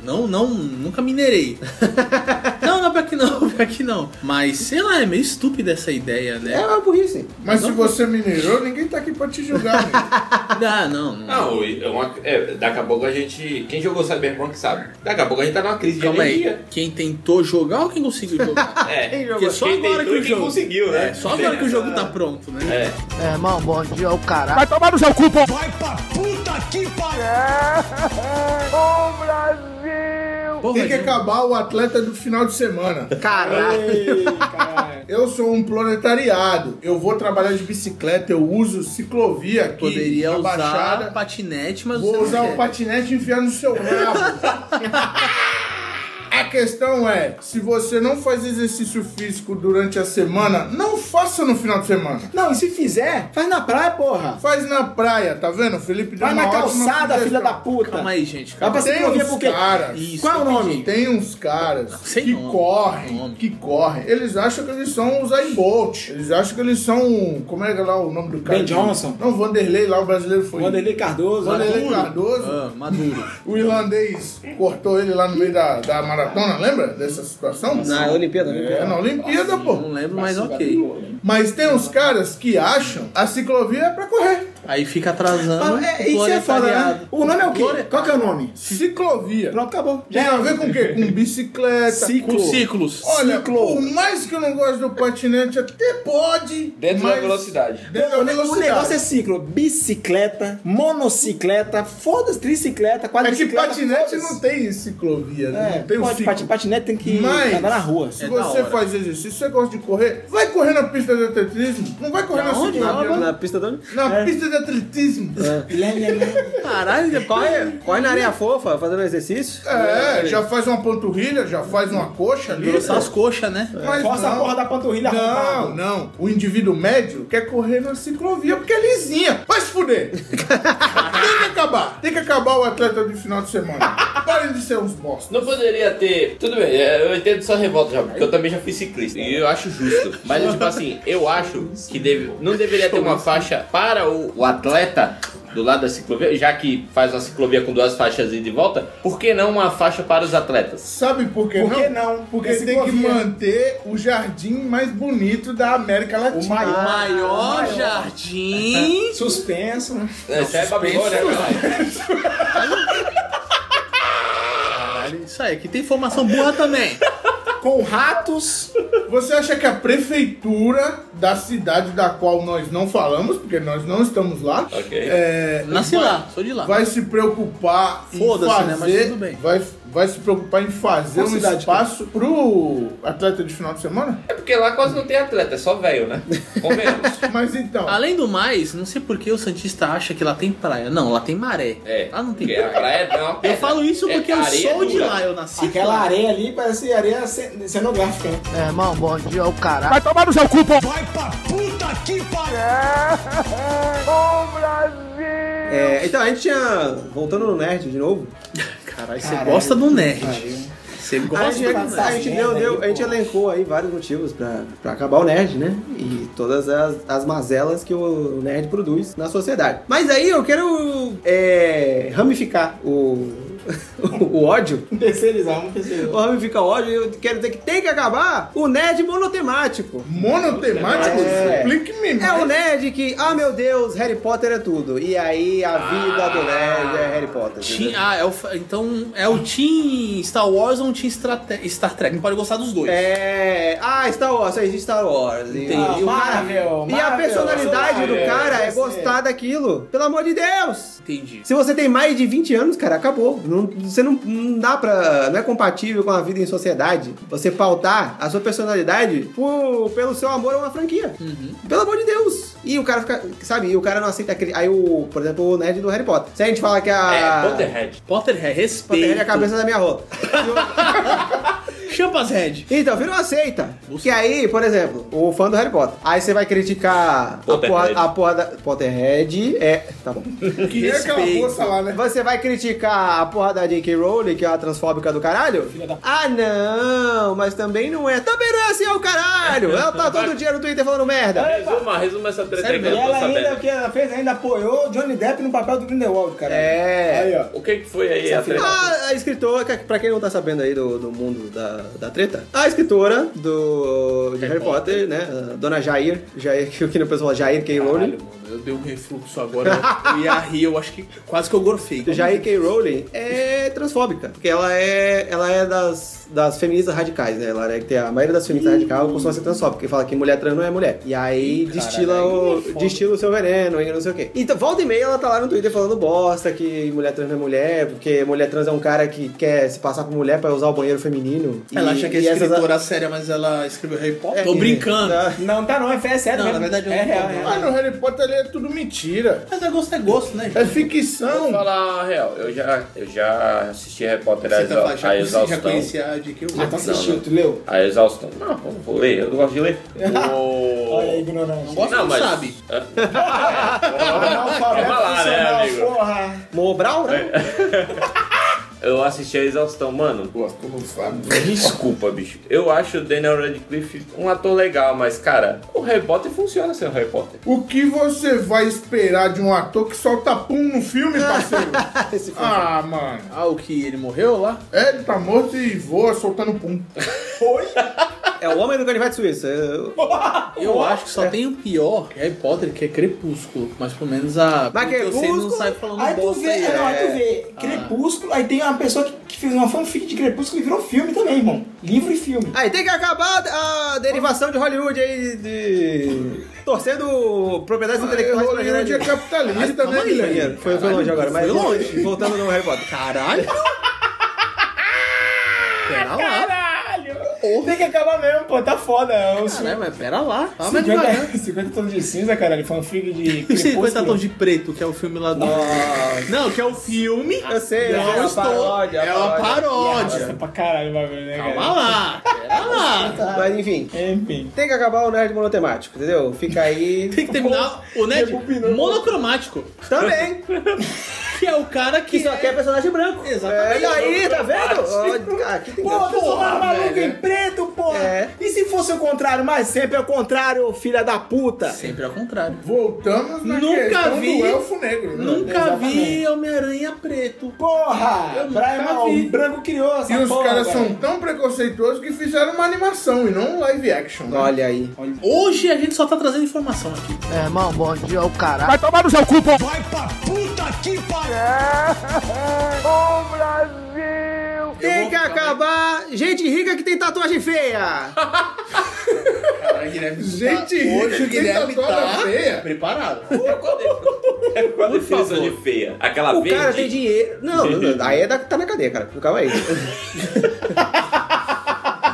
C: Não, não, nunca minerei. não, não, pior que não, pior que não. Mas sei lá, é meio estúpida essa ideia,
B: É
C: né?
B: uma burrice.
G: Mas se você minerou, ninguém tá aqui pra te julgar. amigo.
C: Ah, não, não.
E: Não, é uma- é, daqui a pouco a gente. Quem jogou Cyberpunk sabe. Daqui a pouco a gente tá numa crise de
C: Calma aí,
E: energia.
C: quem tentou jogar ou quem conseguiu jogar?
E: É,
B: Quem jogou?
E: porque
C: só
E: quem
C: agora
E: tentou
C: que
E: e
C: o
E: quem
C: jogo-
E: conseguiu, né?
C: É, só agora que o jogo tá pronto, né?
E: É.
G: Tem que
C: Porra,
G: acabar o atleta do final de semana. Eu sou um proletariado. Eu vou trabalhar de bicicleta, eu uso ciclovia aqui.
C: poderia
G: na
C: usar
G: Baixada.
C: patinete, mas você
G: Vou
C: não
G: usar
C: quer.
G: o patinete e enfiar no seu rabo. A questão é, se você não faz exercício físico durante a semana, não faça no final de semana.
D: Não, e se fizer, faz na praia, porra.
G: Faz na praia, tá vendo? O Felipe deu
D: Vai
G: uma
D: na
G: ótima
D: calçada, filha
G: sugestão.
D: da puta.
C: Calma aí, gente.
D: Vai
C: Calma.
D: pra
G: Tem
D: ciclovia
G: uns
D: porque...
G: caras.
C: Isso,
D: Qual é o
C: eu
D: nome?
C: pedi.
G: Tem uns caras
C: Sem
G: que
C: nome, sem
G: correm,
C: nome.
G: que correm. Eles acham que eles são os Zayn Bolt. Eles acham que eles são. Como é que é lá o nome do cara?
D: Ben Johnson.
G: Não, Vanderlei lá, o brasileiro foi.
D: Vanderlei Cardoso.
G: Vanderlei
D: Arthur.
G: Cardoso.
C: Ah, Maduro.
G: O irlandês cortou ele lá no meio da, da maratona, lembra dessa situação?
B: Na Olimpíada, né?
G: É, na Olimpíada, pô.
C: Não lembro, mas ok.
G: Mas tem uns caras que acham a ciclovia é pra correr.
C: Aí fica atrasando.
D: Ah, é, isso é
C: tá
D: foda, né?
C: proletariado.
D: O nome é o quê? Qual que é o nome?
G: Ciclovia.
D: Pronto, acabou.
G: Tem a ver com o quê? Com bicicleta.
C: Com ciclos.
G: Olha,
D: Ciclo.
G: por mais que eu não goste do patinete, até pode.
E: Dentro
G: mas...
E: da velocidade.
G: Dentro da
D: O
G: velocidade.
D: negócio é ciclo, bicicleta, monocicleta, foda-se, tricicleta,
G: É que
D: quadricicleta.
G: patinete
D: foda-se.
G: não tem ciclovia,
D: É,
G: né? não tem o
D: pode-
G: ciclo.
D: pati- patinete tem que
G: Mas-
D: andar na rua.
G: Se
C: É da
G: você
C: hora.
G: faz exercício, se você gosta de correr, vai correr na pista de atletismo. Não vai correr na
C: onde?
G: ciclovia.
B: Na pista da onde?
G: Na pista de atletismo.
B: Caralho, corre, corre na areia fofa, fazendo exercício.
G: É, já faz uma panturrilha, já faz uma coxa ali.
C: Grossar as coxas, né?
G: Mas
D: Força a
G: não.
D: porra da panturrilha arrombado.
G: Não, não. O indivíduo médio quer correr na ciclovia porque é lisinha. Vai se fuder. tem que acabar. Tem que acabar o atleta de final de semana. Parem de ser uns bosta.
E: Não poderia ter. Tudo bem, é, eu entendo sua revolta já, porque eu também já fui ciclista. né? E eu acho justo. Mas, eu, tipo assim, eu acho que deve, não deveria ter uma faixa para o, o atleta do lado da ciclovia, já que faz uma ciclovia com duas faixas ida e de volta, por que não uma faixa para os atletas?
G: Sabe por que
D: Por
G: não?
D: que não?
G: Porque
D: Porque
G: tem que
D: ciclovia.
G: manter o jardim mais bonito da América Latina.
C: O maior jardim.
D: Suspenso. né?
E: Isso é Babilônia, caralho.
C: Isso aí, aqui tem formação burra também.
D: Com ratos.
G: Você acha que a prefeitura da cidade da qual nós não falamos, porque nós não estamos lá,
E: Ok.
G: é,
C: Nasci lá, sou de lá.
G: vai se preocupar em
C: Foda-se,
G: fazer,
C: né? Mas tudo bem.
G: Vai, vai se preocupar em fazer
D: Qual
G: um
D: cidade,
G: espaço pro atleta de final de semana?
E: É porque lá quase não tem atleta, é só velho, né? Convenhamos.
G: Mas então,
C: Além do mais, não sei por que o Santista acha que lá tem praia. Não, lá tem maré.
E: É.
C: Lá Ah, não tem
E: Porque a
C: praia.
E: praia é uma
C: Eu
E: pedra.
C: falo isso
E: É
C: porque eu
E: areia
C: sou de
E: dura.
C: lá, eu nasci
D: Aquela
C: lá.
D: areia ali parece areia cen- cenográfica. né?
B: É, então, a gente tinha. Voltando no Nerd de novo.
C: Caralho, você gosta do nerd. Você
B: A
C: gosta
B: gente,
C: do
B: a
C: nerd.
B: gente deu- deu- a gente elencou aí vários motivos pra, pra acabar o nerd, né? E todas as, as mazelas que o nerd produz na sociedade. Mas aí eu quero é, ramificar o, o ódio.
D: Terceirizar, vamos terceirizar.
B: Ou ramificar o ódio, eu quero dizer que tem que acabar o nerd monotemático.
G: monotemático,
B: É.
G: explique-me
B: É
G: mais.
B: o nerd que, ah meu Deus, Harry Potter é tudo. E aí a vida do nerd é Harry Potter.
C: Team-
B: entendeu?
C: ah, é o fa- então é o Team Star Wars ou um Team Strate- Star Trek? Não pode gostar dos dois.
B: É. Ah, Star Wars, só existe Star Wars. E-
C: Entendi.
B: e o cara-
D: Marvel,
B: E a
D: Marvel,
B: personalidade do
D: Marvel,
B: cara é
D: você.
B: gostar daquilo. Pelo amor de Deus!
C: Entendi.
B: Se você tem mais de 20 anos, cara, acabou. Não- você não, não dá pra. Não é compatível com a vida em sociedade você pautar a sua personalidade por- pelo seu amor a uma franquia. Pelo amor de Deus! E o cara fica. Sabe? E o cara não aceita aquele. Aí o. Por exemplo, o nerd do Harry Potter. Se a gente fala que a.
E: É, Potterhead.
C: Potter,
B: Potterhead é
C: respeito.
B: a cabeça da minha rola.
C: Champas Red.
B: Então, vira uma seita. Que aí, por exemplo, o fã do Harry Potter. Aí você vai criticar a porra,
E: Potterhead.
B: a porra da. Potterhead é. Tá bom.
G: Que é aquela
C: Respeito.
G: moça lá, né?
B: Você vai criticar a porra da J.K. Rowling, que é uma transfóbica do caralho? Ah, não, mas também não é. Também não é assim, é o caralho. Ela tá todo dia no Twitter falando merda.
E: Resuma, resuma essa treta aí
D: Sério,
E: que
D: mesmo?
E: eu não
D: e
E: tô
D: ela ainda, o
E: sabendo.
D: que ela fez, ainda apoiou Johnny Depp no papel do Grindelwald, cara.
B: É.
D: Aí, ó.
E: O que que foi aí a treta?
B: A, a escritora, que- pra quem não tá sabendo aí do, do mundo da, da treta, a escritora do de Harry Potter, né? a Dona Jair, Jair, que o que o pessoal fala, Jair K. Rowling.
C: Caralho, mano, eu dei um refluxo agora. Eu ia rir, eu acho que quase que eu gorfei.
B: Jair K. Rowling é transfóbica, porque ela é, ela é das, das feministas radicais, né? Ela é que tem a maioria das feministas radicais costuma ser transfóbica, que fala que mulher trans não é mulher. E aí destila,
C: é
B: o, destila o seu veneno e não sei o quê. Então, volta e meia ela tá lá no Twitter falando bosta, que mulher trans não é mulher, porque mulher trans é um cara que quer se passar por mulher pra usar o banheiro feminino.
C: Ela acha que é
B: e essas-
C: escritora séria, mas ela escreveu Harry Potter?
B: É,
C: Tô brincando.
B: tá.
D: Não, tá não, é fé, é sério
C: Não,
D: mesmo.
C: na verdade eu
D: é
C: não
D: real,
C: tô,
D: é
C: não.
D: real.
G: Mas no Harry Potter ele é tudo mentira.
C: Mas é gosto é gosto, né?
G: É
C: gente?
G: ficção.
E: Vou falar a real, eu já, eu já assisti Harry Potter a,
C: Você tá
E: exa
C: falando,
E: a
C: já, você já
E: exaustão.
C: conhecia a de que eu
D: Ah, tu assistiu,
E: não.
D: tu leu?
E: A exaustão. Não, eu vou ler, eu gosto de ler. O-
D: Olha aí, ignorante.
C: gosto, não,
E: mas-
C: sabe.
D: Analfabeto
E: Calma lá, né,
D: funcional,
E: amigo?
D: porra.
B: Mobral, né?
C: É.
E: Eu assisti a exaustão, mano.
G: Gosto, não sabe.
E: Desculpa, bicho. Eu acho o Daniel Radcliffe um ator legal, mas, cara, o Harry Potter funciona sem o Harry Potter.
G: O que você vai esperar de um ator que solta pum no filme, parceiro?
B: Esse filme.
G: ah, mano.
C: Ah, o que ele morreu lá?
G: É, ele tá morto e voa soltando pum.
B: É o homem do canivete suíço. Eu-
C: Eu acho que só tem o pior que é Harry Potter, que é Crepúsculo. Mas pelo menos a.
B: Mas
C: pelo que eu sei,
B: Crepúsculo-
C: então não sai falando
D: Aí tu
C: bosta
D: vê,
C: aí.
D: é, não, aí tu
C: É.
D: vê Crepúsculo, aí tem uma pessoa que, que fez uma fanfic de Crepúsculo e virou filme também, irmão. Livro e filme.
B: Aí tem que acabar a derivação de Hollywood aí de. torcendo propriedades intelectuais pra
G: Hollywood é
B: dinheiro.
G: capitalista, né, Guilherme?
B: Dinheiro. Foi, foi longe agora, mas
C: foi longe.
B: voltando no Harry Potter.
C: Caralho! Pera lá.
D: Caralho! Tem que acabar mesmo, pô, tá foda.
G: É
D: Eu sou-
C: Caralho, mas pera lá. Tá mais devagar.
D: 50, 50 tons de cinza, caralho,
G: um
D: fanfic de
C: E os 50
D: Crepúsculo.
C: tons de preto, que é o filme lá do. Não, que é o filme.
B: Eu sei,
C: Não,
B: é uma
C: estou.
B: paródia,
C: é uma
D: Nossa,
G: é
C: paródia.
D: pra caralho o bagulho, né, cara?
C: Calma lá. Pera lá.
B: Mas enfim,
D: Enfim.
B: tem que acabar o nerd monotemático, entendeu? Fica aí.
C: Tem que terminar o Ned monocromático,
B: Também!
C: que é o cara que.
B: Que só quer personagem branco.
C: Exatamente.
B: É, aí, tá vendo? Ó, Aqui tem
D: Pô,
B: gato.
D: transformaram o maluco em preto, porra!
B: É.
D: E se fosse o contrário? Mas sempre é o contrário, filha da puta!
C: É. Sempre ao contrário.
G: Voltamos na
C: Nunca
G: questão
C: vi.
G: do elfo negro, né?
C: Nunca vi Homem-Aranha preto.
D: Porra!
C: Eu
D: Brian,
C: nunca
D: Ah, o
C: vi.
D: branco criou essa
G: E os
D: porra,
G: caras
D: velho.
G: são tão preconceituosos que fizeram uma animação e não um live action. Né?
B: Olha aí.
C: Hoje a gente só tá trazendo informação aqui.
B: Tem que acabar gente rica que tem tatuagem feia!
C: Caralho, Guilherme.
G: tá. Gente, hoje tem tatuada feia.
C: preparado.
E: Qual a definição de feia? Aquela
B: O
E: verde?
B: cara tem dinheiro. Não, não, não, aí é da, tá na cadeia, cara. Calma aí.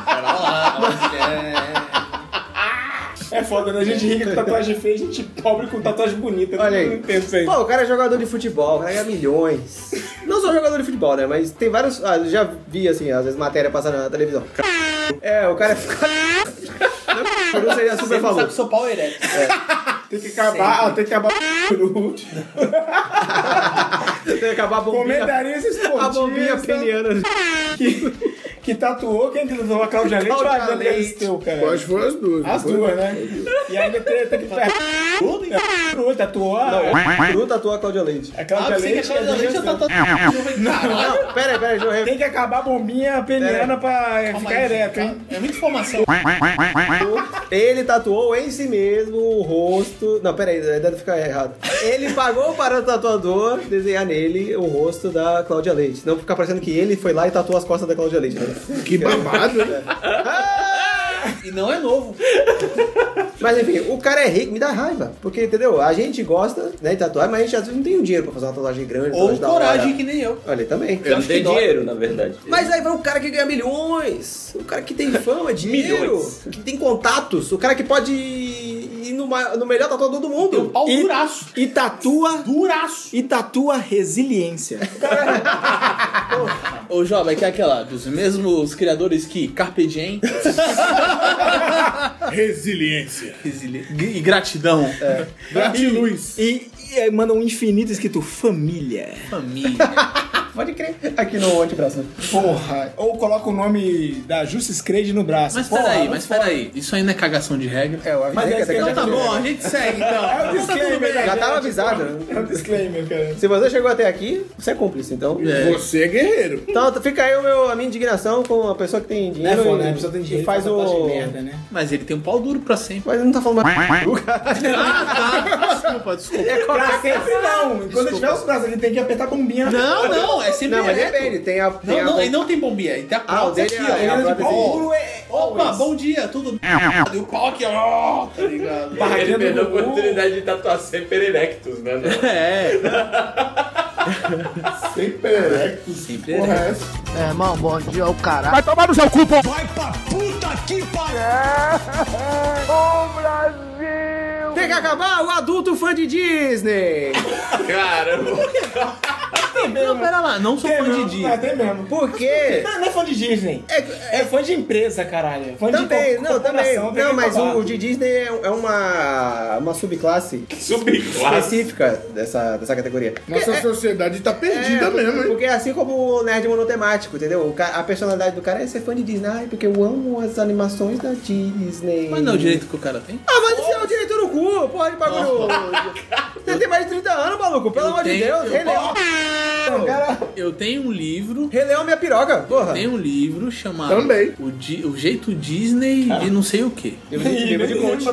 C: Pera lá.
D: É foda, né? Gente rica com tatuagem feia, gente pobre com tatuagem bonita.
B: Olha
D: né?
B: aí.
D: Não entendo isso aí.
B: Pô, o cara é jogador de futebol, o cara ganha milhões. Não só jogador de futebol, né? Mas tem vários. Ah, eu já vi, assim, às vezes matéria passando na televisão. É, o cara fica. Eu não seria super
C: Você É. sabe que
B: famoso.
C: sou pau ereto.
G: Tem que acabar, ah, tem que acabar no último.
B: Tem que acabar a bombinha.
D: Comentarista esportista
B: A bombinha peniana.
D: que tatuou quem tatuou a Cláudia Leite ou a
B: Cláudia
D: Adriana
B: Leite.
D: Galisteu, cara?
G: Quais foram as duas?
D: As
G: Foi-
D: duas, né? E ainda tem, tem que tatuou, tatuou a,
B: Cru tatua a Cláudia Leite.
D: a
C: Ah,
D: Cláudia
C: pensei que a
D: Leite. e a
C: Cláudia Leite já
D: Adriana
C: tá
D: Galisteu.
C: tatuada.
B: Não, pera aí, pera aí, deixa eu re-
D: Tem que acabar a bombinha peniana pra eh, ficar ereto, hein?
C: É muita informação.
B: Ele tatuou em si mesmo o rosto. Não, peraí, deve ficar errado. Ele pagou para o tatuador desenhar nele o rosto da Cláudia Leite. Não ficar parecendo que ele foi lá e tatuou as costas da Cláudia Leite. né?
G: Que babado, hein?
C: E não é novo.
B: Mas enfim, o cara é rico, me dá raiva. Porque, entendeu? A gente gosta né, de tatuar, mas a gente às vezes não tem o dinheiro pra fazer uma tatuagem grande.
C: Ou
B: tatuagem da hora.
C: coragem, que nem eu.
B: Olha, também.
E: Eu não tenho dinheiro, na verdade.
B: Mas aí vai o cara que ganha milhões, o cara que tem fama, dinheiro,
E: Milhões.
B: que tem contatos, o cara que pode ir e no, ma- no melhor tatuador do mundo.
C: Tem um pau
B: e,
C: duraço.
B: e tatua.
C: Duraço.
D: E tatua resiliência.
C: Ô, Jovem, que é aquela dos mesmos criadores que Carpe Diem
G: Resiliência.
C: e Gratidão.
G: Gratiluz.
D: E, e aí manda um infinito escrito família.
C: Família.
B: Pode crer. Aqui no antebraço.
D: Porra.
F: Ou coloca o nome da Justice Creed no braço.
C: Mas
F: Porra,
C: peraí, mas peraí. Isso aí não é cagação de regra?
B: É, o aviso
F: Mas
B: aí que
F: é
B: até que
F: que
B: já
C: Então tá
B: chegou.
C: bom, a gente segue então.
F: É o
C: Então tá tudo
F: disclaimer,
C: bem.
B: Já tava avisado. né?
F: É um disclaimer, cara.
B: Se você chegou até aqui, você é cúmplice, então.
C: É.
G: Você é guerreiro.
B: Então fica aí o meu, a minha indignação com a pessoa que né? tem
F: É
B: dinheiro.
F: né?
B: e, e faz o.
D: né?
C: Mas ele tem um pau duro pra sempre.
B: Mas ele não tá falando mais.
C: Desculpa, desculpa.
B: É
F: Pra
B: qualquer...
F: sempre não. Quando tiver os braços, ele tem que apertar a bombinha.
C: Não, não, é sempre
B: Não, mas
C: reto.
B: depende, tem a. Tem
C: Não,
B: a
C: não, ele não tem bombinha, ele tem a
B: Ah, o
C: prótese
B: dele
C: aqui, ó.
B: é. é a
C: Ele-
B: prótese dele.
C: Ó, Opa, bom dia, tudo bem? E o pau aqui, ó, tá ligado?
E: Ele perdeu a oportunidade de tatuar sempre erectus, né?
C: É,
G: Sem perecos.
C: sempre
G: Porra,
C: erecto.
G: é essa?
B: Tem que acabar o adulto fã de Disney!
E: Caramba.
C: Não, pera lá, não sou
F: Tem
C: fã de
F: mesmo,
C: dia.
F: É, tem mesmo.
B: Por quê?
F: Não, não é fã de Disney.
B: É-
F: É fã de empresa, caralho. Fã de
B: Também,
F: co-
B: não, também.
F: corporação, tem
B: Não,
F: que
B: mas
F: acabar.
B: o, o de Disney é, é uma, uma subclasse
E: Subclasse.
B: específica dessa, dessa categoria. Porque
G: Nossa
B: é-
G: sociedade tá
B: é,
G: perdida mesmo, hein?
B: Porque é assim como o nerd monotemático, entendeu? O ca- a personalidade do cara é ser fã de Disney. Ai, porque eu amo as animações da Disney.
C: Mas não é o direito que o cara tem?
B: Ah, mas isso é o direito no cu, porra de bagulho. Você tem mais de 30 anos, maluco, pelo
C: Eu
B: amor de
C: tenho-
B: Deus.
C: eu-
B: Rei Leão. Cara,
C: Eu tenho um livro,
B: Rei Leão é minha piroca, porra.
C: tem um livro chamado
G: Também.
C: O, Di- o Jeito Disney de não sei o que.
B: Livro de, livro de conte.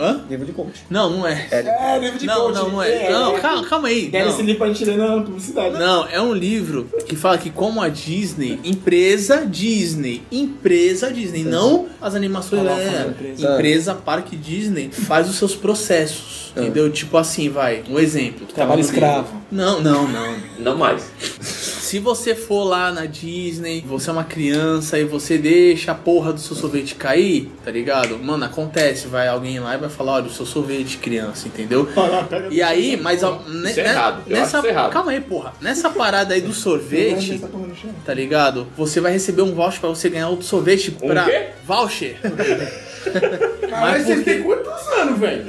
C: Hã?
B: Livro de conte.
C: Não, não é.
F: É, livro de
C: Não,
F: coaching.
C: não, não é. Não, calma, calma aí.
F: Deve
C: não.
F: se livro pra gente ler na publicidade.
C: Não, é um livro que fala que como a Disney, empresa Disney, empresa Disney, não as animações
F: Ah,
C: da
F: lá, fala,
C: empresa.
F: empresa.
C: parque Disney faz os seus processos, entendeu? Tipo assim, vai, um exemplo. que tava
F: Trabalho
C: no livro.
F: escravo.
C: Não, não, não.
E: Não mais.
C: Se você for lá na Disney, você é uma criança e você deixa a porra do seu sorvete cair, tá ligado? Mano, acontece, vai alguém lá e vai falar, olha, o seu sorvete, criança, entendeu? E aí, mas ó, ne-
E: Isso é
C: ne-
E: errado, eu
C: nessa
E: acho isso errado.
C: calma aí, porra. Nessa parada aí do sorvete, tá ligado? Você vai receber um voucher pra você ganhar outro sorvete
E: Um
C: pra
E: quê?
C: voucher.
G: Caralho,
C: por
G: você
C: quê?
G: tem quantos anos, velho?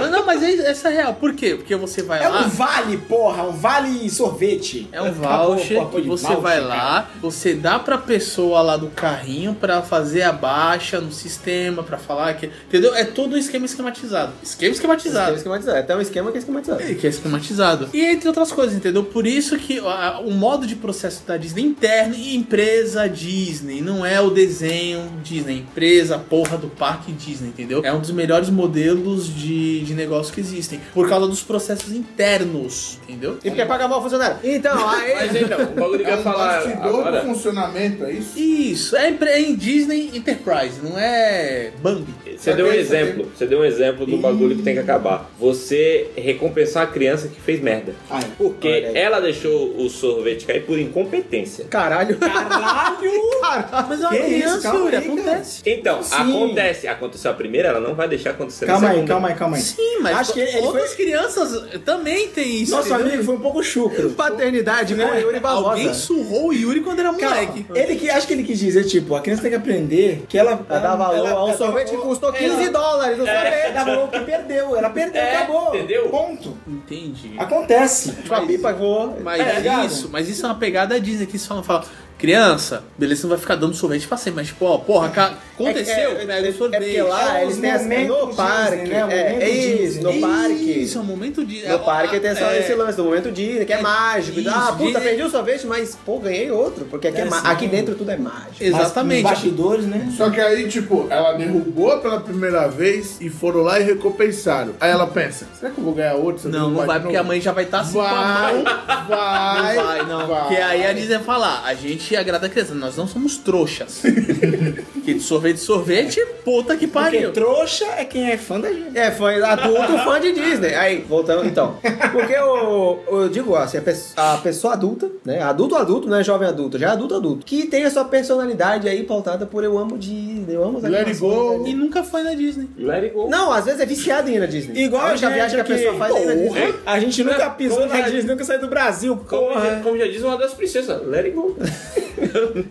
C: Não, não, mas é- essa é real. Por quê? Porque você vai
F: É
C: lá.
F: um vale, porra, um vale sorvete.
C: É um
F: Acabou,
C: voucher
F: porra,
C: que
F: de
C: você
F: voucher,
C: vai
F: cara.
C: lá, você dá pra pessoa lá do carrinho pra fazer a baixa no sistema, pra falar que. Entendeu? É todo um esquema esquematizado. Esquema
B: Esquema
C: esquematizado.
B: esquematizado. É até um esquema que é esquematizado.
C: É, Que é esquematizado. E entre outras coisas, entendeu? Por isso que a- o modo de processo da Disney é interno e empresa Disney. Não é o desenho Disney, é empresa, porra do parque Disney, entendeu? É um dos melhores modelos de, de negócio que existem. Por causa dos processos internos, entendeu?
B: E porque paga mal o funcionário. Então, aí.
E: Mas então, o bagulho que eu
G: É
E: ia
G: um
E: falar
G: bastidor
E: agora...
G: do funcionamento, é isso?
C: Isso, é, empre- é em Disney Enterprise, não é Bambi.
E: Você deu um
G: Saquei,
E: exemplo, você deu um exemplo do bagulho que tem que acabar. Você recompensar a criança que fez merda.
F: Ai.
E: Porque
B: Olha aí.
E: ela deixou o sorvete cair por incompetência.
B: Caralho.
F: Caralho!
B: Caralho.
C: Mas é uma
F: Que isso,
C: criança,
F: calma
C: Yuri,
F: aí, cara.
C: acontece.
E: Então,
F: Sim.
E: acontece. Aconteceu a primeira, ela não vai deixar acontecer
F: Calma
E: a
F: aí,
E: segunda.
F: calma aí, calma aí.
C: Sim, mas
F: Acho que ele
C: outras crianças também têm isso.
F: Nosso
C: entendeu?
F: amigo foi um pouco chucro.
B: Paternidade né? com Yuri
C: Alguém
B: Barbosa.
C: surrou o Yuri quando era moleque.
F: Calma.
B: é-
F: Ele que acho que ele quis dizer, tipo, a criança tem que aprender que ela.
B: Pra dar valor
F: ela-
B: a um
F: ela-
B: sorvete que
F: ela-
B: custou
F: É,
B: 15 dólares no
F: Ela
B: sorvete.
F: dá valor que perdeu, ela perdeu,
E: É,
F: acabou.
E: entendeu?
F: Ponto.
C: Entendi.
B: Ah,
F: Acontece.
B: Com a pipa que voou.
C: Mas
F: É, ligado?
C: isso, mas isso é uma pegada Disney que só não fala. Criança, beleza, você não vai ficar dando sorvete pra sempre, mas tipo, ó, porra, ca- aconteceu,
B: É, é,
C: pega
B: é
C: o sorvete.
B: porque lá
F: É
B: eles
F: os
B: têm essa-
F: momentos
B: no
F: Disney,
B: parque.
F: né? O
B: é,
F: momento
B: é isso,
F: Disney.
B: no parque.
C: Isso, é um momento de.
B: No parque tem essa,
C: é,
B: esse lance do momento Disney, que é,
C: É,
B: mágico. ah,
C: isso,
B: puta,
C: Disney-
B: perdi o sorvete, mas pô, ganhei outro. Porque aqui, é
F: É,
B: ma-
F: sim.
B: aqui dentro tudo é mágico.
C: Exatamente.
F: Mas, nos bastidores, né?
G: Só que aí, tipo, ela derrubou pela primeira vez e foram lá e recompensaram. Aí ela pensa, será que eu vou ganhar outro? se eu
C: Não, não
G: derrubar
C: vai, tá
G: de
C: porque a
G: novo?
C: mãe já vai estar tá se
G: Vai,
C: palmando.
G: vai,
C: Não vai, não. Porque aí a Disney vai falar, a gente que agrada a criança. Nós não somos trouxas. que de sorvete, sorvete, puta que
D: Porque
C: pariu.
D: trouxa é quem é fã da gente.
B: É, fã adulto, fã de Disney. Aí, voltando, então. Porque eu, eu digo assim, a pessoa, a pessoa adulta, né? Adulto, adulto, não é jovem adulto, já é adulto, adulto. Que tem a sua personalidade aí pautada por eu amo Disney, eu amo as
G: Let it
B: animações
G: go.
B: da
C: E nunca foi na Disney.
E: Let it go.
B: Não, às vezes é viciado em ir na Disney.
D: Igual
B: a
D: a
B: única
D: gente
B: viagem que a pessoa faz é ir na Disney.
D: Porra, A gente nunca pisou
E: como
D: na
E: é?
D: Disney, nunca saiu do Brasil,
E: Como,
D: porra.
E: já, como já diz uma das princesas, let it go.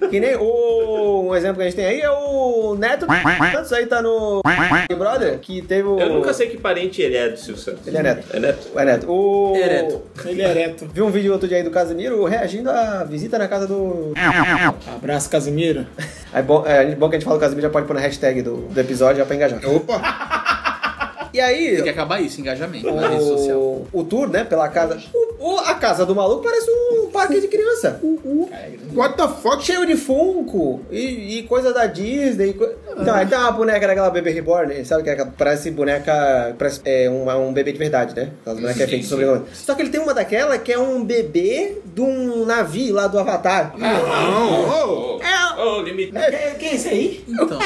B: Que nem o. Um exemplo que a gente tem aí é o Neto. Tanto isso aí tá no. Big Brother, que teve o.
E: Eu nunca sei que parente ele é do Silvio Santos.
B: Ele é neto.
E: É neto.
B: É Neto. O.
C: É neto.
D: Ele é ereto.
B: Vi um vídeo outro dia aí do Casimiro reagindo à visita na casa do
D: Abraço, Casimiro.
B: Aí bom, é, bom que a gente fala que as mídias pode pôr na hashtag do, do episódio já pra engajar.
G: Opa!
B: E aí,
C: Tem que acabar isso, engajamento na rede social.
B: o, o tour, né, pela casa. O, o- a casa do maluco parece um parque de criança.
D: é
G: What the fuck?
B: Cheio de Funko e, e coisa da Disney. e co- Então, aí tem uma boneca daquela Baby Reborn, sabe que é, aquela- parece boneca. Parece é, um, um bebê de verdade, né? Aquelas bonecas que é feita sobre Só que ele tem uma daquela que é um bebê de um navio lá do Avatar.
D: Ah,
B: É.
E: Oh, oh, limite.
D: é
C: Então,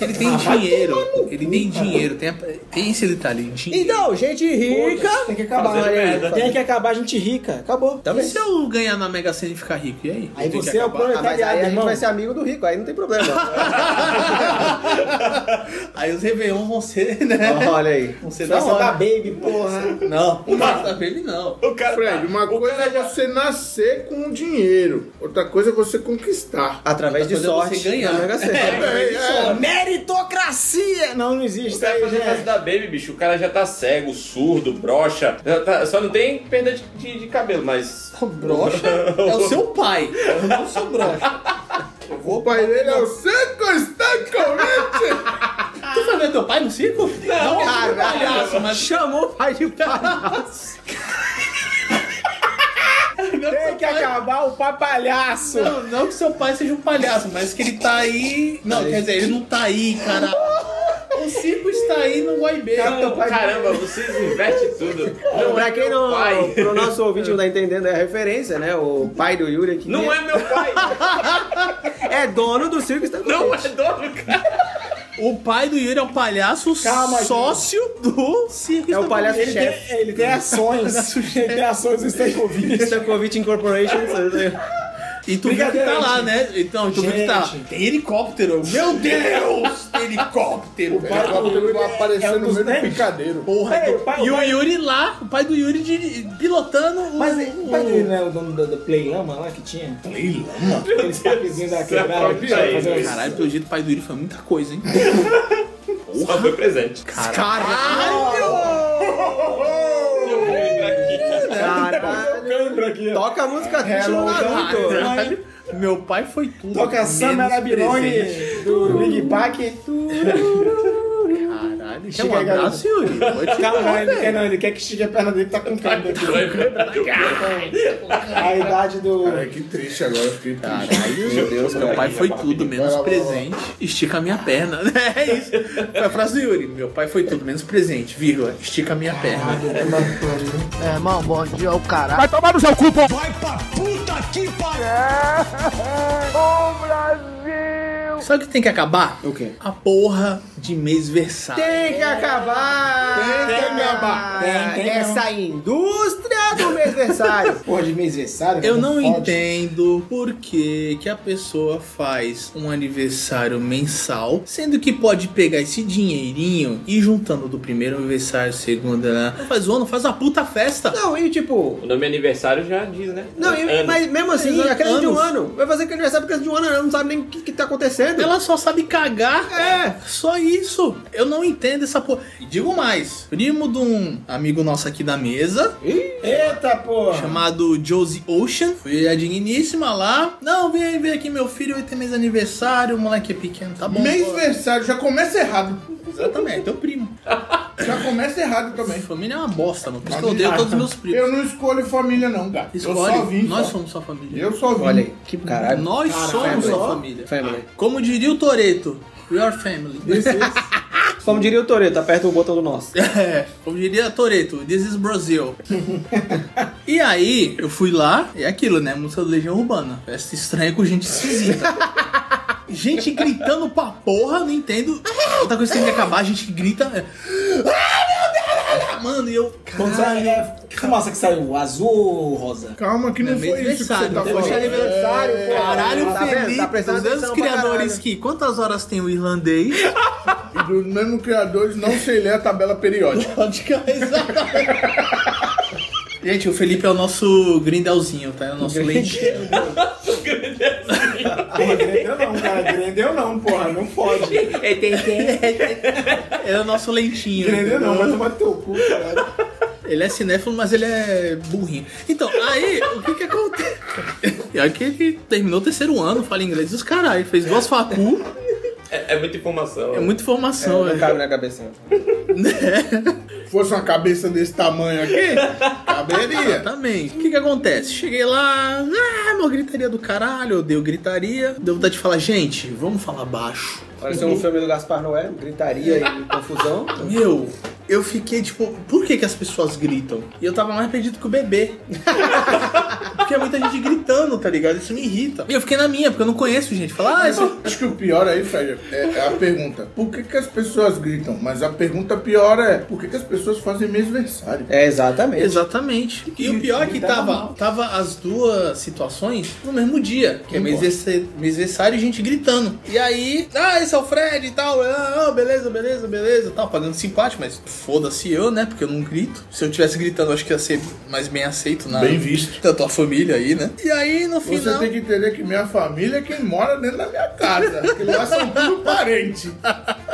C: ele tem dinheiro. Ele tem dinheiro. Tem, a- tem esse detalhe. Dinheiro.
B: Então, gente rica. tá?
D: Tem que acabar.
E: Fazendo
D: olha aí.
E: merda.
D: Tem que acabar, a gente rica. Acabou.
B: Também.
C: E se eu ganhar na Mega Sena e ficar rico? E aí?
D: Aí
C: Tem que
D: você é o
C: acabar.
B: Ah, mas Então, aí
D: proletariado,
B: a gente
D: irmão.
B: vai ser amigo do rico, aí não tem problema.
C: Aí os Réveillon vão ser, né?
B: Olha aí.
C: Vão ser da
D: Nossa, da
C: hora.
D: baby, porra.
C: Não, o Master Baby não.
E: O cara, tá-
G: Fred, uma
E: o
G: coisa é
E: cara já
G: você nascer com dinheiro, outra coisa é você conquistar.
B: Através de
C: Outra coisa é
B: sorte.
C: você ganhar.
B: na Mega Sena.
G: É, é.
B: é-
D: Meritocracia! Não, não existe.
E: O cara
D: Isso aí
E: tá fazendo
D: já é-
E: festa da Baby, bicho, o cara já tá cego, surdo, broxa. Já tá- só não tem perda de, de- de cabelo, mas.
C: Brocha é o seu pai. Eu não sou brocha.
G: O pai dele é o Seco Stankovic!
C: Tu foi ver teu pai no circo? Não, cara. Palhaço, mas
B: Chamou o pai de pai.
D: Tem que acabar o papalhaço.
C: Não, não que seu pai seja um palhaço, mas que ele tá aí. Não, quer dizer, ele não tá aí, cara. O circo está aí no Guaibeira.
E: Caramba, caramba, vocês invertem tudo. Não é
B: pra quem
E: meu
B: não.
E: pai.
B: Pro nosso ouvinte não tá entendendo, é a referência, né? O pai do Yuri aqui.
E: Não é meu pai.
B: É dono do circo está
E: Não é dono, cara.
C: O pai do Yuri é um palhaço
D: Calma,
C: sócio do circo.
B: É o palhaço
D: Ele
B: chefe.
D: tem, ele tem ações. ele tem ações do Stankovic.
B: Stankovic Incorporation.
C: E tu viu que
D: Brincadeira,
C: tá lá,
D: gente.
C: né? Então, tu viu que tá.
D: Gente.
C: Tem helicóptero. Meu Deus! helicóptero.
G: O helicóptero vai aparecer
D: É um
G: no
D: dos
G: meio do
D: dez.
G: picadeiro.
C: Porra,
D: Peraí,
C: do-
D: o pai-
C: e
D: o
C: o
D: pai-
C: Yuri lá, o pai do Yuri de- pilotando o.
D: Mas
C: o-
D: o pai dele não é o dono da, da Playlama lá que tinha? Playlama? Aqueles parquezinhos da quebrada que
E: Isso
D: tinha
E: aí,
D: fazendo isso.
C: Caralho, pelo jeito, o pai do Yuri foi muita coisa, hein?
E: Só foi é presente.
C: Caralho!
E: Eu vou entrar aqui.
B: Caralho.
D: Câmbio aqui, ó.
B: Toca a música triste
D: Hello,
B: do Naruto.
C: Caralho! Meu pai foi tudo.
D: Toca
C: menos
D: Summer
C: presente.
D: Abirone do Big Pack.
C: Caralho, quer
D: Chega
C: um
D: aí, garoto.
C: abraço, Yuri? Pode
D: Calma, não, ele quer não, ele quer que chegue a perna dele que tá com câmbio aqui. A idade do...
G: Cara, que triste agora, eu fiquei triste.
B: Meu Deus,
C: Meu
B: cara.
C: pai foi tudo, menos presente. Estica a minha perna. É isso. Foi a frase do Yuri. Meu pai foi tudo, menos presente, vírgula. Estica a minha perna. É, Sabe o que tem que acabar?
B: O quê?
C: A porra de mês versado.
B: Tem que acabar!
G: Tem que acabar.
D: Tem, tem,
B: Essa indústria do mês versário.
D: Porra de mesversário.
C: Eu não
D: fode.
C: entendo por que, que a pessoa faz um aniversário mensal, sendo que pode pegar esse dinheirinho e ir juntando do primeiro aniversário, segundo, né? faz o ano, faz uma puta festa.
B: Não, e tipo,
E: O nome aniversário já diz, né?
B: Não, e-
E: Ano.
B: mas mesmo assim,
C: Exato,
B: a criança de um
C: anos.
B: ano. Vai fazer aniversário por criança de um ano, ela não sabe nem o que, que tá acontecendo.
C: Ela só sabe cagar.
B: É.
C: Só isso. Eu não entendo essa porra. E digo mais: primo de um amigo nosso aqui da mesa,
D: Eita, porra.
C: chamado Josie Ocean. Fui a digníssima lá. Não, vem aí, vem aqui, meu filho, vai ter mês de aniversário. O moleque é pequeno, tá bom.
G: Mês
C: bora.
G: versário, já começa errado.
C: Exatamente, é teu primo.
G: Já começa errado também.
C: Família é uma bosta, mano. Por isso que eu odeio todos os meus primos.
G: Eu não escolho família, não, cara.
C: Escolhe.
G: Eu só vim.
C: Nós
G: só.
C: somos sua família.
G: Eu só vim.
B: Olha aí, que caralho.
C: Nós somos
B: family.
C: sua família.
B: Family.
C: Como diria o Toreto, we are family.
D: Isso, isso.
B: Como diria o Toreto, aperta o botão do nosso.
C: É, como diria Toreto, this is Brazil. e aí, eu fui lá, e é aquilo, né? Música do Legião Urbana. Festa estranha com gente esquisita. Gente gritando pra porra, não entendo. Outra coisa que tem que acabar, a gente que grita. é, Ah, meu Deus! Mano, e eu.
H: Quando sai, é, fumaça que saiu, azul ou rosa?
G: Calma que não,
C: Não é
G: foi isso que você
C: aniversário,
G: tá
C: não foi
G: falando.
A: aniversário, pô.
C: Caralho,
A: Tá vendo?
C: Felipe,
A: Tá prestando
C: dos mesmos
A: atenção pra
C: criadores
A: caralho.
C: que. Quantas horas tem o irlandês?
G: E dos Tipo, mesmos criadores, não sei ler a tabela periódica.
C: Pode Gente, o Felipe é o nosso grindelzinho, tá? É o nosso leitinho.
F: Porra, grendeu
D: é
F: não, cara. Grendeu não, porra. Não pode.
C: Ele é o nosso lentinho.
D: é
F: Grendeu não, vai tomar teu cu, cara.
C: Ele é cinéfilo, mas ele é burrinho. Então, aí, o que que acontece? E aí que ele terminou o terceiro ano, fala inglês dos caralho. Fez duas facu,
E: É, é muita informação.
C: é muita informação.
B: Não
C: velho.
B: cabe na cabecinha.
G: Se fosse uma cabeça desse tamanho aqui, caberia.
C: Exatamente. O que que acontece? Cheguei lá, ah, uma gritaria do caralho, eu dei gritaria. Deu vontade de falar, gente, vamos falar baixo.
B: Pareceu um filme do Gaspar Noé, gritaria e confusão.
C: Meu, eu fiquei tipo, por que que as pessoas gritam? E eu tava mais perdido que o bebê. porque é muita gente gritando, tá ligado? Isso me irrita. E eu fiquei na minha, porque eu não conheço gente. Falar, ah, isso...
G: Acho que o pior aí, Fred, é é a pergunta. Por que, que as pessoas gritam? Mas a pergunta pior é, por que, que as pessoas fazem mesversário?
B: É, exatamente.
C: Exatamente. E o pior é que tava, tava as duas situações no mesmo dia, que é mês e gente gritando. E aí, ah, esse é o Fred e tal, ah, ah, beleza, beleza, beleza, tal, pagando simpático, mas foda-se eu, né? Porque eu não grito. Se eu tivesse gritando, eu acho que ia ser mais bem aceito na.
G: Bem visto.
C: da tua família aí, né? E aí, no
G: Você
C: final.
G: tem que entender que minha família é quem mora dentro da minha casa. Que lá são tudo parente.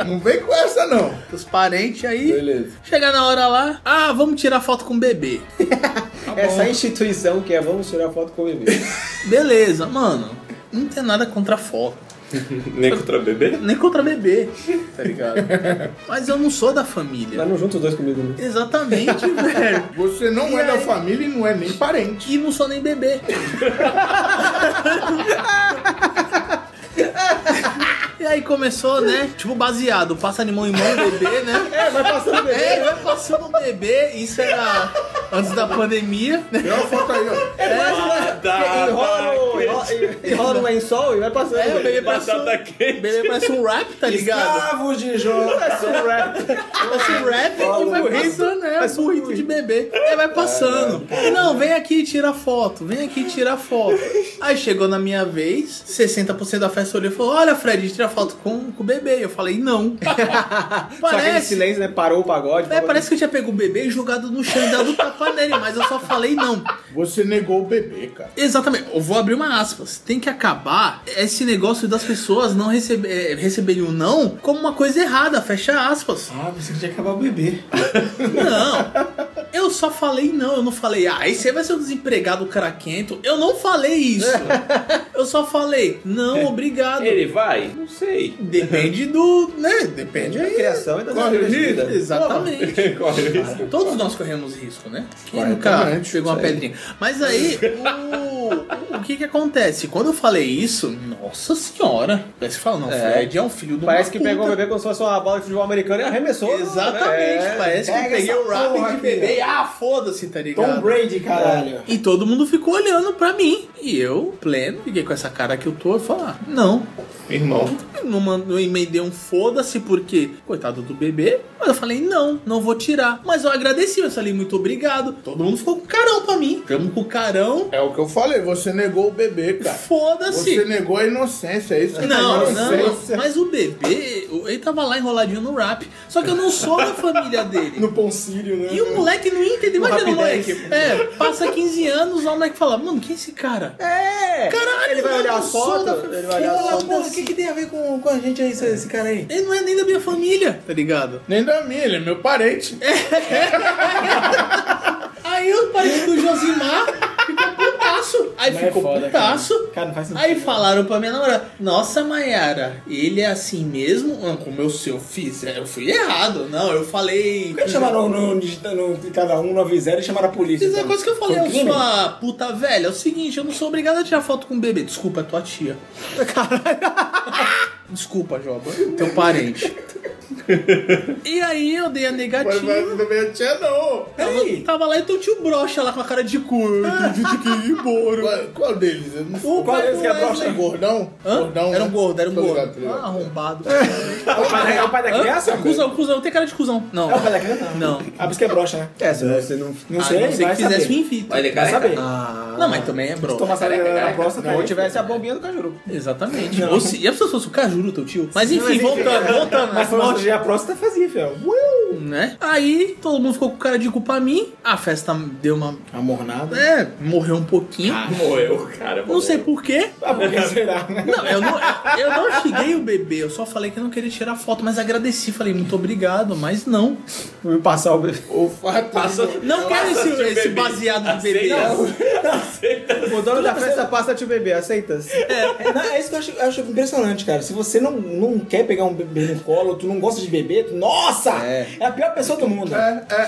G: Não vem com essa, não.
C: Os parentes aí. Chegar na hora lá. Ah, vamos tirar foto com o bebê. Tá
B: Essa instituição que é vamos tirar foto com o bebê.
C: Beleza, mano. Não tem nada contra foto.
E: Nem contra bebê?
C: Nem contra bebê, tá ligado? Mas eu não sou da família.
B: Mas não junta os dois comigo, né?
C: Exatamente, velho.
G: Você não
C: E
G: é da
C: aí?
G: família e não é nem parente.
C: E não sou nem bebê. E aí começou, né? Tipo, baseado, passa animal em mão e bebê, né?
B: É, vai passando o bebê.
C: É, vai passando um bebê, isso era antes da pandemia, né?
G: Tem uma foto aí, ó.
B: É, mais ou menos.
E: Tá,
B: enrola, no-
E: tá,
B: enrola, enrola no lençol um, e vai passando.
C: É, o bebê parece um,
E: Batata
C: o
E: quente.
C: bebê parece um rap, tá ligado?
H: Escravos de Jó.
C: é um Parece um rap e vai passando, é, um burrito de bebê. É, Aí vai passando. Não, vem aqui e tira foto, vem aqui e tira foto. Aí chegou na minha vez, 60% da festa olhou e falou, olha Fred, tira foto com, com o bebê. Eu falei, não.
B: Só aquele
C: Parece...
B: silêncio, né? Parou o pagode.
C: É,
B: falou-
C: parece que eu tinha pego o bebê e jogado no chão e dado um tapa nele, mas eu só falei não.
G: Você negou o bebê, cara.
C: Exatamente, eu vou abrir uma aspas. Tem que acabar esse negócio das pessoas não receber, eh, receberem o não como uma coisa errada, fecha aspas.
H: Ah, você que tinha que acabar o bebê.
C: Não. Eu só falei não, eu não falei, ah, esse aí vai ser um desempregado cara quento. Eu não falei isso. Eu só falei, não, obrigado.
E: Ele vai? Não sei.
C: Depende do. né? Depende
B: da
C: aí.
B: criação e tá das
G: Corre
B: escolhas de
G: risco.
B: vida.
C: Exatamente.
E: Corre o risco.
C: Todos nós corremos risco, né? Quem nunca
G: Corretamente,
C: pegou uma pedrinha. Mas aí, o, o que que acontece? Quando eu falei isso, nossa senhora. Aí você fala, não, Fred é um filho do
B: Parece que pegou o bebê como se fosse uma bola de futebol americano e arremessou.
C: Exatamente,
B: né? É.
C: parece que eu
H: Pega
C: peguei
H: essa
C: o rap
H: porra
C: de
H: aqui,
C: bebê. Ah, foda-se, tá
H: Tom
C: ligado?
H: Brady, caralho.
C: E todo mundo ficou olhando pra mim. E eu, pleno, fiquei com essa cara que eu tô, eu falei, ah, não.
E: Irmão.
C: Não, mandou- não emendei um foda-se porque, coitado do bebê. Mas eu falei, não, não vou tirar. Mas eu agradeci, eu falei, muito obrigado. Todo mundo ficou com carão pra mim. Ficamos com carão.
G: É o que eu falei, você negou o bebê, cara. Você
C: Foda-se.
G: negou a inocência, é isso que
C: Assim. Não,
G: eu
C: não, mas o bebê, ele tava lá enroladinho no rap. Só que eu não sou da família dele.
F: No Poncílio, né?
C: E o moleque não entende, imagina o
B: rapidez.
C: moleque. É, passa 15 anos, lá o moleque fala, mano, quem é esse cara?
B: É!
C: Caralho,
B: Ele vai
C: mano,
B: olhar a
C: eu sou
B: foto,
C: da-
B: ele vai olhar a
C: Fala,
B: foto.
C: porra,
H: O que, que tem a ver com, com a gente aí, esse, esse cara aí?
C: Ele não é nem da minha família, tá ligado?
G: Nem da minha, ele é meu parente.
C: Aí o parente do Josimar ficou putaço. Aí
H: Mas é
C: ficou
H: foda,
C: putaço.
H: Cara, não faz sentido. né?
C: Aí falaram pra minha namorada, nossa Mayara, ele é assim mesmo? Ah, Como eu, se eu fiz, eu fui errado. Não, eu falei.
H: Por que chamaram no, no, no, cada um 90 e chamaram a polícia?
C: Isso
H: então?
C: é uma coisa que eu falei,
H: Foi um
C: eu
H: crime?
C: sua puta velha. É o seguinte, eu não sou obrigado a tirar foto com o bebê. Desculpa, é tua tia. Caralho. Desculpa, Joba. Teu parente. E aí eu dei a
G: Mas mas
C: negativa.
G: não me tinha, não.
C: Tava, tava lá e então tinha o brocha lá com a cara de cu. Eu disse que ia embora.
G: Qual, qual deles? Eu não sei.
C: O pai
D: deles
C: do
D: que é
C: Um Wesley.
D: brocha?
G: Gordão?
C: Hã?
G: Gordão?
C: Era
G: né?
C: um gordo, era um
G: Tô
C: gordo.
G: ligado, tô ligado.
C: Ah, arrombado.
D: É o pai da, é o pai da
C: Hã?
D: criança?
C: Cusão, cusão, tem cara de cuzão. Não.
D: É o pai da criança?
C: Não.
D: Ah, por isso que é brocha, né?
B: É, se você não.
D: Não
C: A
D: sei,
C: não ser
D: vai
C: que fizesse um
D: saber.
C: infito.
E: Mas ele é
D: Vai
E: careca?
D: saber.
B: Ah,
C: Não, mas também é bro.
D: Tomar essa
E: Careca,
D: na
E: careca.
D: próstata.
B: ou tivesse a bombinha do Cajuru.
C: Exatamente. Ou se, e a pessoa fosse o Cajuru, teu tio? Mas enfim, voltando, voltando.
D: Mas
C: né?
D: foi uma cirurgia, Tá a próstata fazia, fiel. Uiu!
C: Né? Aí todo mundo ficou com cara de culpa a mim. A festa deu uma.
D: Tá Amornada.
C: É, morreu um pouquinho.
E: Ah, Morreu, cara.
C: não sei porquê.
D: Ah, porque será, né?
C: Não, eu não, eu não xinguei o bebê, eu só falei que eu não queria tirar foto, mas agradeci, falei muito obrigado, mas não.
B: Vou me passar o. bebê.
G: O fato
E: Passou-
C: Não quero esse,
E: Aceita
C: esse
E: o bebê.
C: baseado de bebê.
B: O dono da festa passa te bebê, aceita?
D: É, não, é isso que eu acho, eu acho impressionante, cara. Se você não, não quer pegar um bebê no colo, tu não gosta de bebê, tu- nossa!
B: É.
D: É. a pior pessoa do mundo.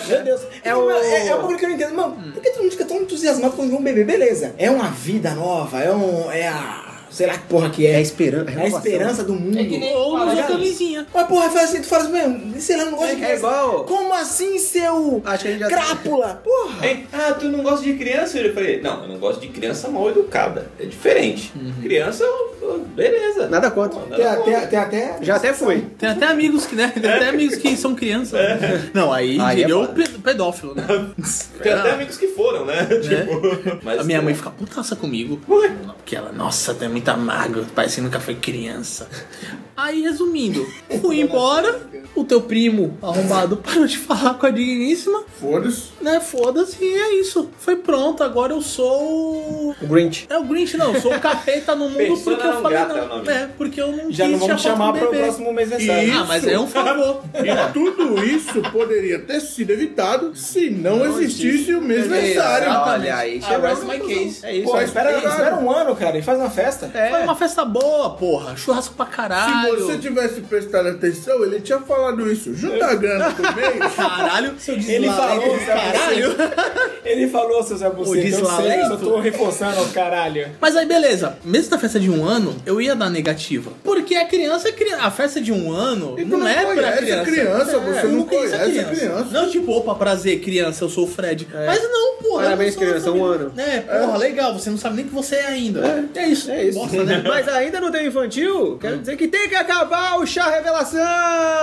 D: Meu Deus. É,
B: o-
D: o... é, é uma coisa que eu não entendo. Mano, por que todo mundo fica tão entusiasmado quando vê um bebê? Beleza. É uma vida nova, é um. É a. Sei lá que porra que
B: É a
D: é.
B: esperança.
D: É a esperança do mundo.
C: Ou não
D: Fala,
C: usou
D: cara.
C: camisinha.
D: Mas porra, faz assim, tu fala assim, mesmo, sei lá, não gosta de
B: É igual.
D: Como assim, seu
B: Acho que a gente já.
D: crápula? Porra!
E: Hein? Ah, tu não gosta de criança? Eu falei, não, eu não gosto de criança mal educada. É diferente. Criança, eu- beleza.
B: Nada contra.
E: Não,
D: Tem
E: nada
D: até,
E: contra.
D: tem até.
B: Já até fui.
C: Tem até amigos que, né? Tem até amigos que são crianças. né? Não, aí,
B: Aí é
C: virou
B: foda.
C: pe- pedófilo, né?
E: Tem até amigos que foram, né? Tipo, mas
C: A minha mãe fica putaça comigo. Não, Porque ela, nossa, tu é muito amargo, parece que nunca foi criança. Aí, resumindo, fui embora, o teu primo arrombado parou de falar com a digníssima,
G: Foda-se.
C: né? Foda-se, e é isso. Foi pronto, agora eu sou. o-
B: O Grinch.
C: É o Grinch, não, eu sou o capeta no mundo
E: Persona
C: porque eu
E: não
C: falei
E: grata é o
C: não.
E: nome.
C: É, porque eu não
D: Já
C: quis
D: não vamos
C: tirar foto
D: chamar
C: do
D: para o
C: bebê.
D: próximo mês necessário.
C: Ah, mas é um favor.
G: E tudo isso poderia ter sido evitado se não, existisse o mês
C: É
G: necessário.
B: Olha aí,
C: Ah,
B: chegou.
C: rest my case.
B: É isso.
D: Pô,
G: Tá
B: aí.
D: espera,
G: Caralho.
D: espera um ano, cara, e faz uma festa.
C: Foi uma festa boa, porra. Churrasco pra
G: Se
C: caralho.
G: você tivesse prestado atenção, ele tinha falado isso. Junta a grana por mês.
C: Caralho, seu
D: Ele falou,
C: deslalé. caralho.
D: Ele falou, seu Zé Buceta, eu sei,
C: deslalento.
D: eu tô reforçando, ó, caralho.
C: Mas aí, beleza. Mesmo na festa de um ano, eu ia dar negativa. Porque a criança é criança. A festa de um ano
G: E tu
C: não,
G: não
C: é pra
G: conhece
C: criança. É,
G: a criança, você
C: eu
G: não
C: conheço a
G: conhece a criança.
C: Não, tipo, opa, prazer, criança, eu sou o Fred. Mas não, porra.
B: Parabéns,
C: eu não
B: criança,
C: sou
B: um ano.
C: É, porra, legal. Você não sabe nem que você é ainda. É, isso.
B: É isso.
C: Bosta, né?
B: Mas ainda não tem infantil? Quero dizer que tem que acabar o chá revelação!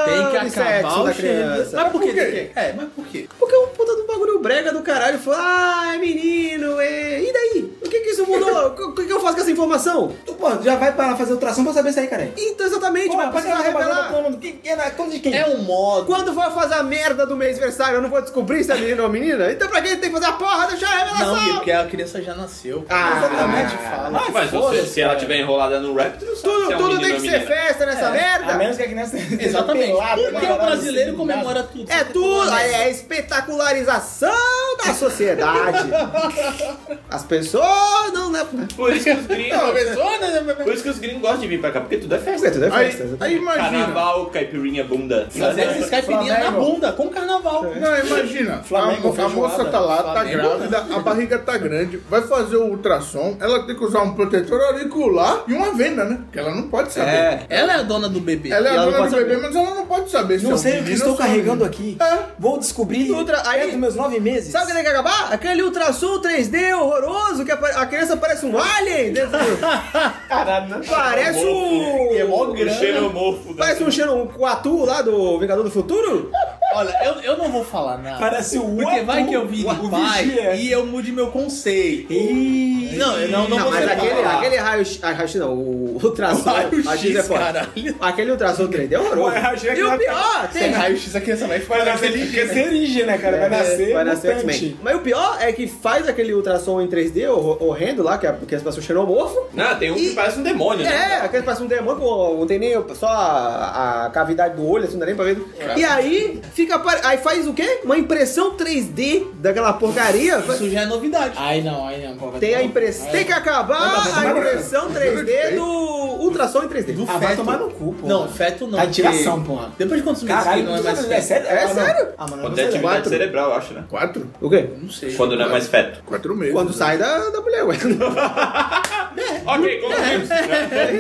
C: Tem que
B: de sexo
C: acabar o
B: da
C: criança.
B: criança.
C: Mas por quê?
G: Por quê?
C: É, mas por quê?
B: Porque o puta do bagulho brega do caralho falou: ai menino, é... e daí? O que que isso mudou? O que que eu faço com essa informação?
D: Tu, pô, já vai para fazer ultrassom pra saber sair, cara.
B: Então, exatamente,
D: Pô,
B: vai
D: pra
B: precisar
D: caralho,
B: revelar.
D: bagulho todo mundo, quem- quem é na- como de quem?
C: É um modo.
B: Quando for fazer a merda do mês aniversário, eu não vou descobrir se é menino ou menina? Então pra quem tem que fazer a porra do chá revelação?
C: Não, porque a criança já nasceu.
B: Ah,
D: Exatamente, fala. Ah,
E: Mas
D: foda-se,
E: você, se ela
D: cara.
E: tiver enrolada no rap, tu não sabe
B: tudo
E: se é um
B: tudo
E: menino
B: tem
E: ou
B: que ser
E: menina.
B: festa nessa
D: A
B: merda?
D: menos que a criança esteja
C: Exatamente.
D: pelada, né,
C: Porque o
D: caralho,
C: brasileiro
D: assim,
C: comemora tudo.
B: É tudo, é a espetacularização da sociedade. As pessoas não levam.
E: Por isso que os gringos...
C: Pessoa, né?
E: Por isso que os gringos gostam de vir pra cá, porque tudo é festa.
B: É, tudo é
G: Aí,
B: festa.
G: aí imagina.
E: Carnaval, caipirinha, bunda.
B: é
C: Fazer essa escaipirinha na
D: Flamengo.
C: bunda, com carnaval.
G: Não, imagina.
D: Flamengo,
G: a, mo- a moça
D: feijoada,
G: tá lá,
C: Flamengo.
G: tá grávida, a barriga tá grande, vai fazer o ultrassom, ela tem que usar um protetor auricular e uma venda, né? Porque ela não pode saber.
C: Ela é a dona do bebê.
G: Ela é
B: ela
G: a
B: não
G: dona
B: pode
G: do
B: saber.
G: bebê, mas ela não pode saber. se é
D: Não
G: um
D: sei o que
G: menino
D: estou
G: ou se é uma menina.
D: carregando aqui. Vou descobrir
B: Ultra- aí-
D: perto dos meus nove meses.
B: Sabe o que tem que acabar? Aquele ultrassom 3D horroroso que apa- a criança parece um alien. Dentro do...
D: Caralho, né?
B: Parece um.
E: O é xenomorfo. né? da-
B: Parece um Xenon um Quatu lá do Vingador do Futuro?
C: Olha, eu, eu não vou falar nada.
D: Parece o
C: Porque
D: Atu,
C: vai que eu vire
D: o
C: pai
D: vigia.
C: e eu mude meu conceito.
D: Ih,
C: Não, eu não, não,
B: é. Não,
C: vou
B: mas
C: falar.
B: aquele, aquele raio. ah, Raio não, o ultrassom.
C: Raio-X,
B: a gente é foda.
C: caralho.
B: Aquele ultrassom 3D é horroroso.
D: raio-x
B: E o
D: vai-
B: pior, tem.
C: raio-x, a criança vai ficar
D: Vai ser rígido, né, cara? Vai nascer.
B: Vai nascer
D: mutante.
B: X-Men. Mas o pior é que faz aquele ultrassom em 3D hor- horrendo lá, que, é, que as pessoas xenomorfo.
E: Não, tem um que
B: E-
E: parece um demônio, né?
B: É, aquele parece um demônio, pô, não tem nem só a, a cavidade do olho, assim, não dá nem pra ver. E aí, fica. apare- Aí faz o quê? Uma impressão 3D daquela porcaria.
C: Isso já é novidade. tá
D: Ai não, ai não. pô, vai
B: Tem a
D: tomar-
B: impressão.
D: Ai,
B: Tem que acabar a impressão 3D do ultrassom em 3D.
C: Do
B: ah, vai
C: feto.
B: tomar no cu, pô.
C: Não, feto não.
D: Tá de tiração,
C: porque
D: porra.
C: Depois de quantos minutos
B: Caralho,
C: que não é mais
B: é
C: feto?
B: sério? É sério?
D: Ah, mano, eu não
E: Quando é
D: sei.
E: atividade cerebral, acho, né?
G: Quatro?
B: O quê?
C: Não sei.
E: Quando não é mais feto.
G: Quatro meses.
B: Quando sai da, da mulher, ué.
E: Ok, concluímos.
B: é?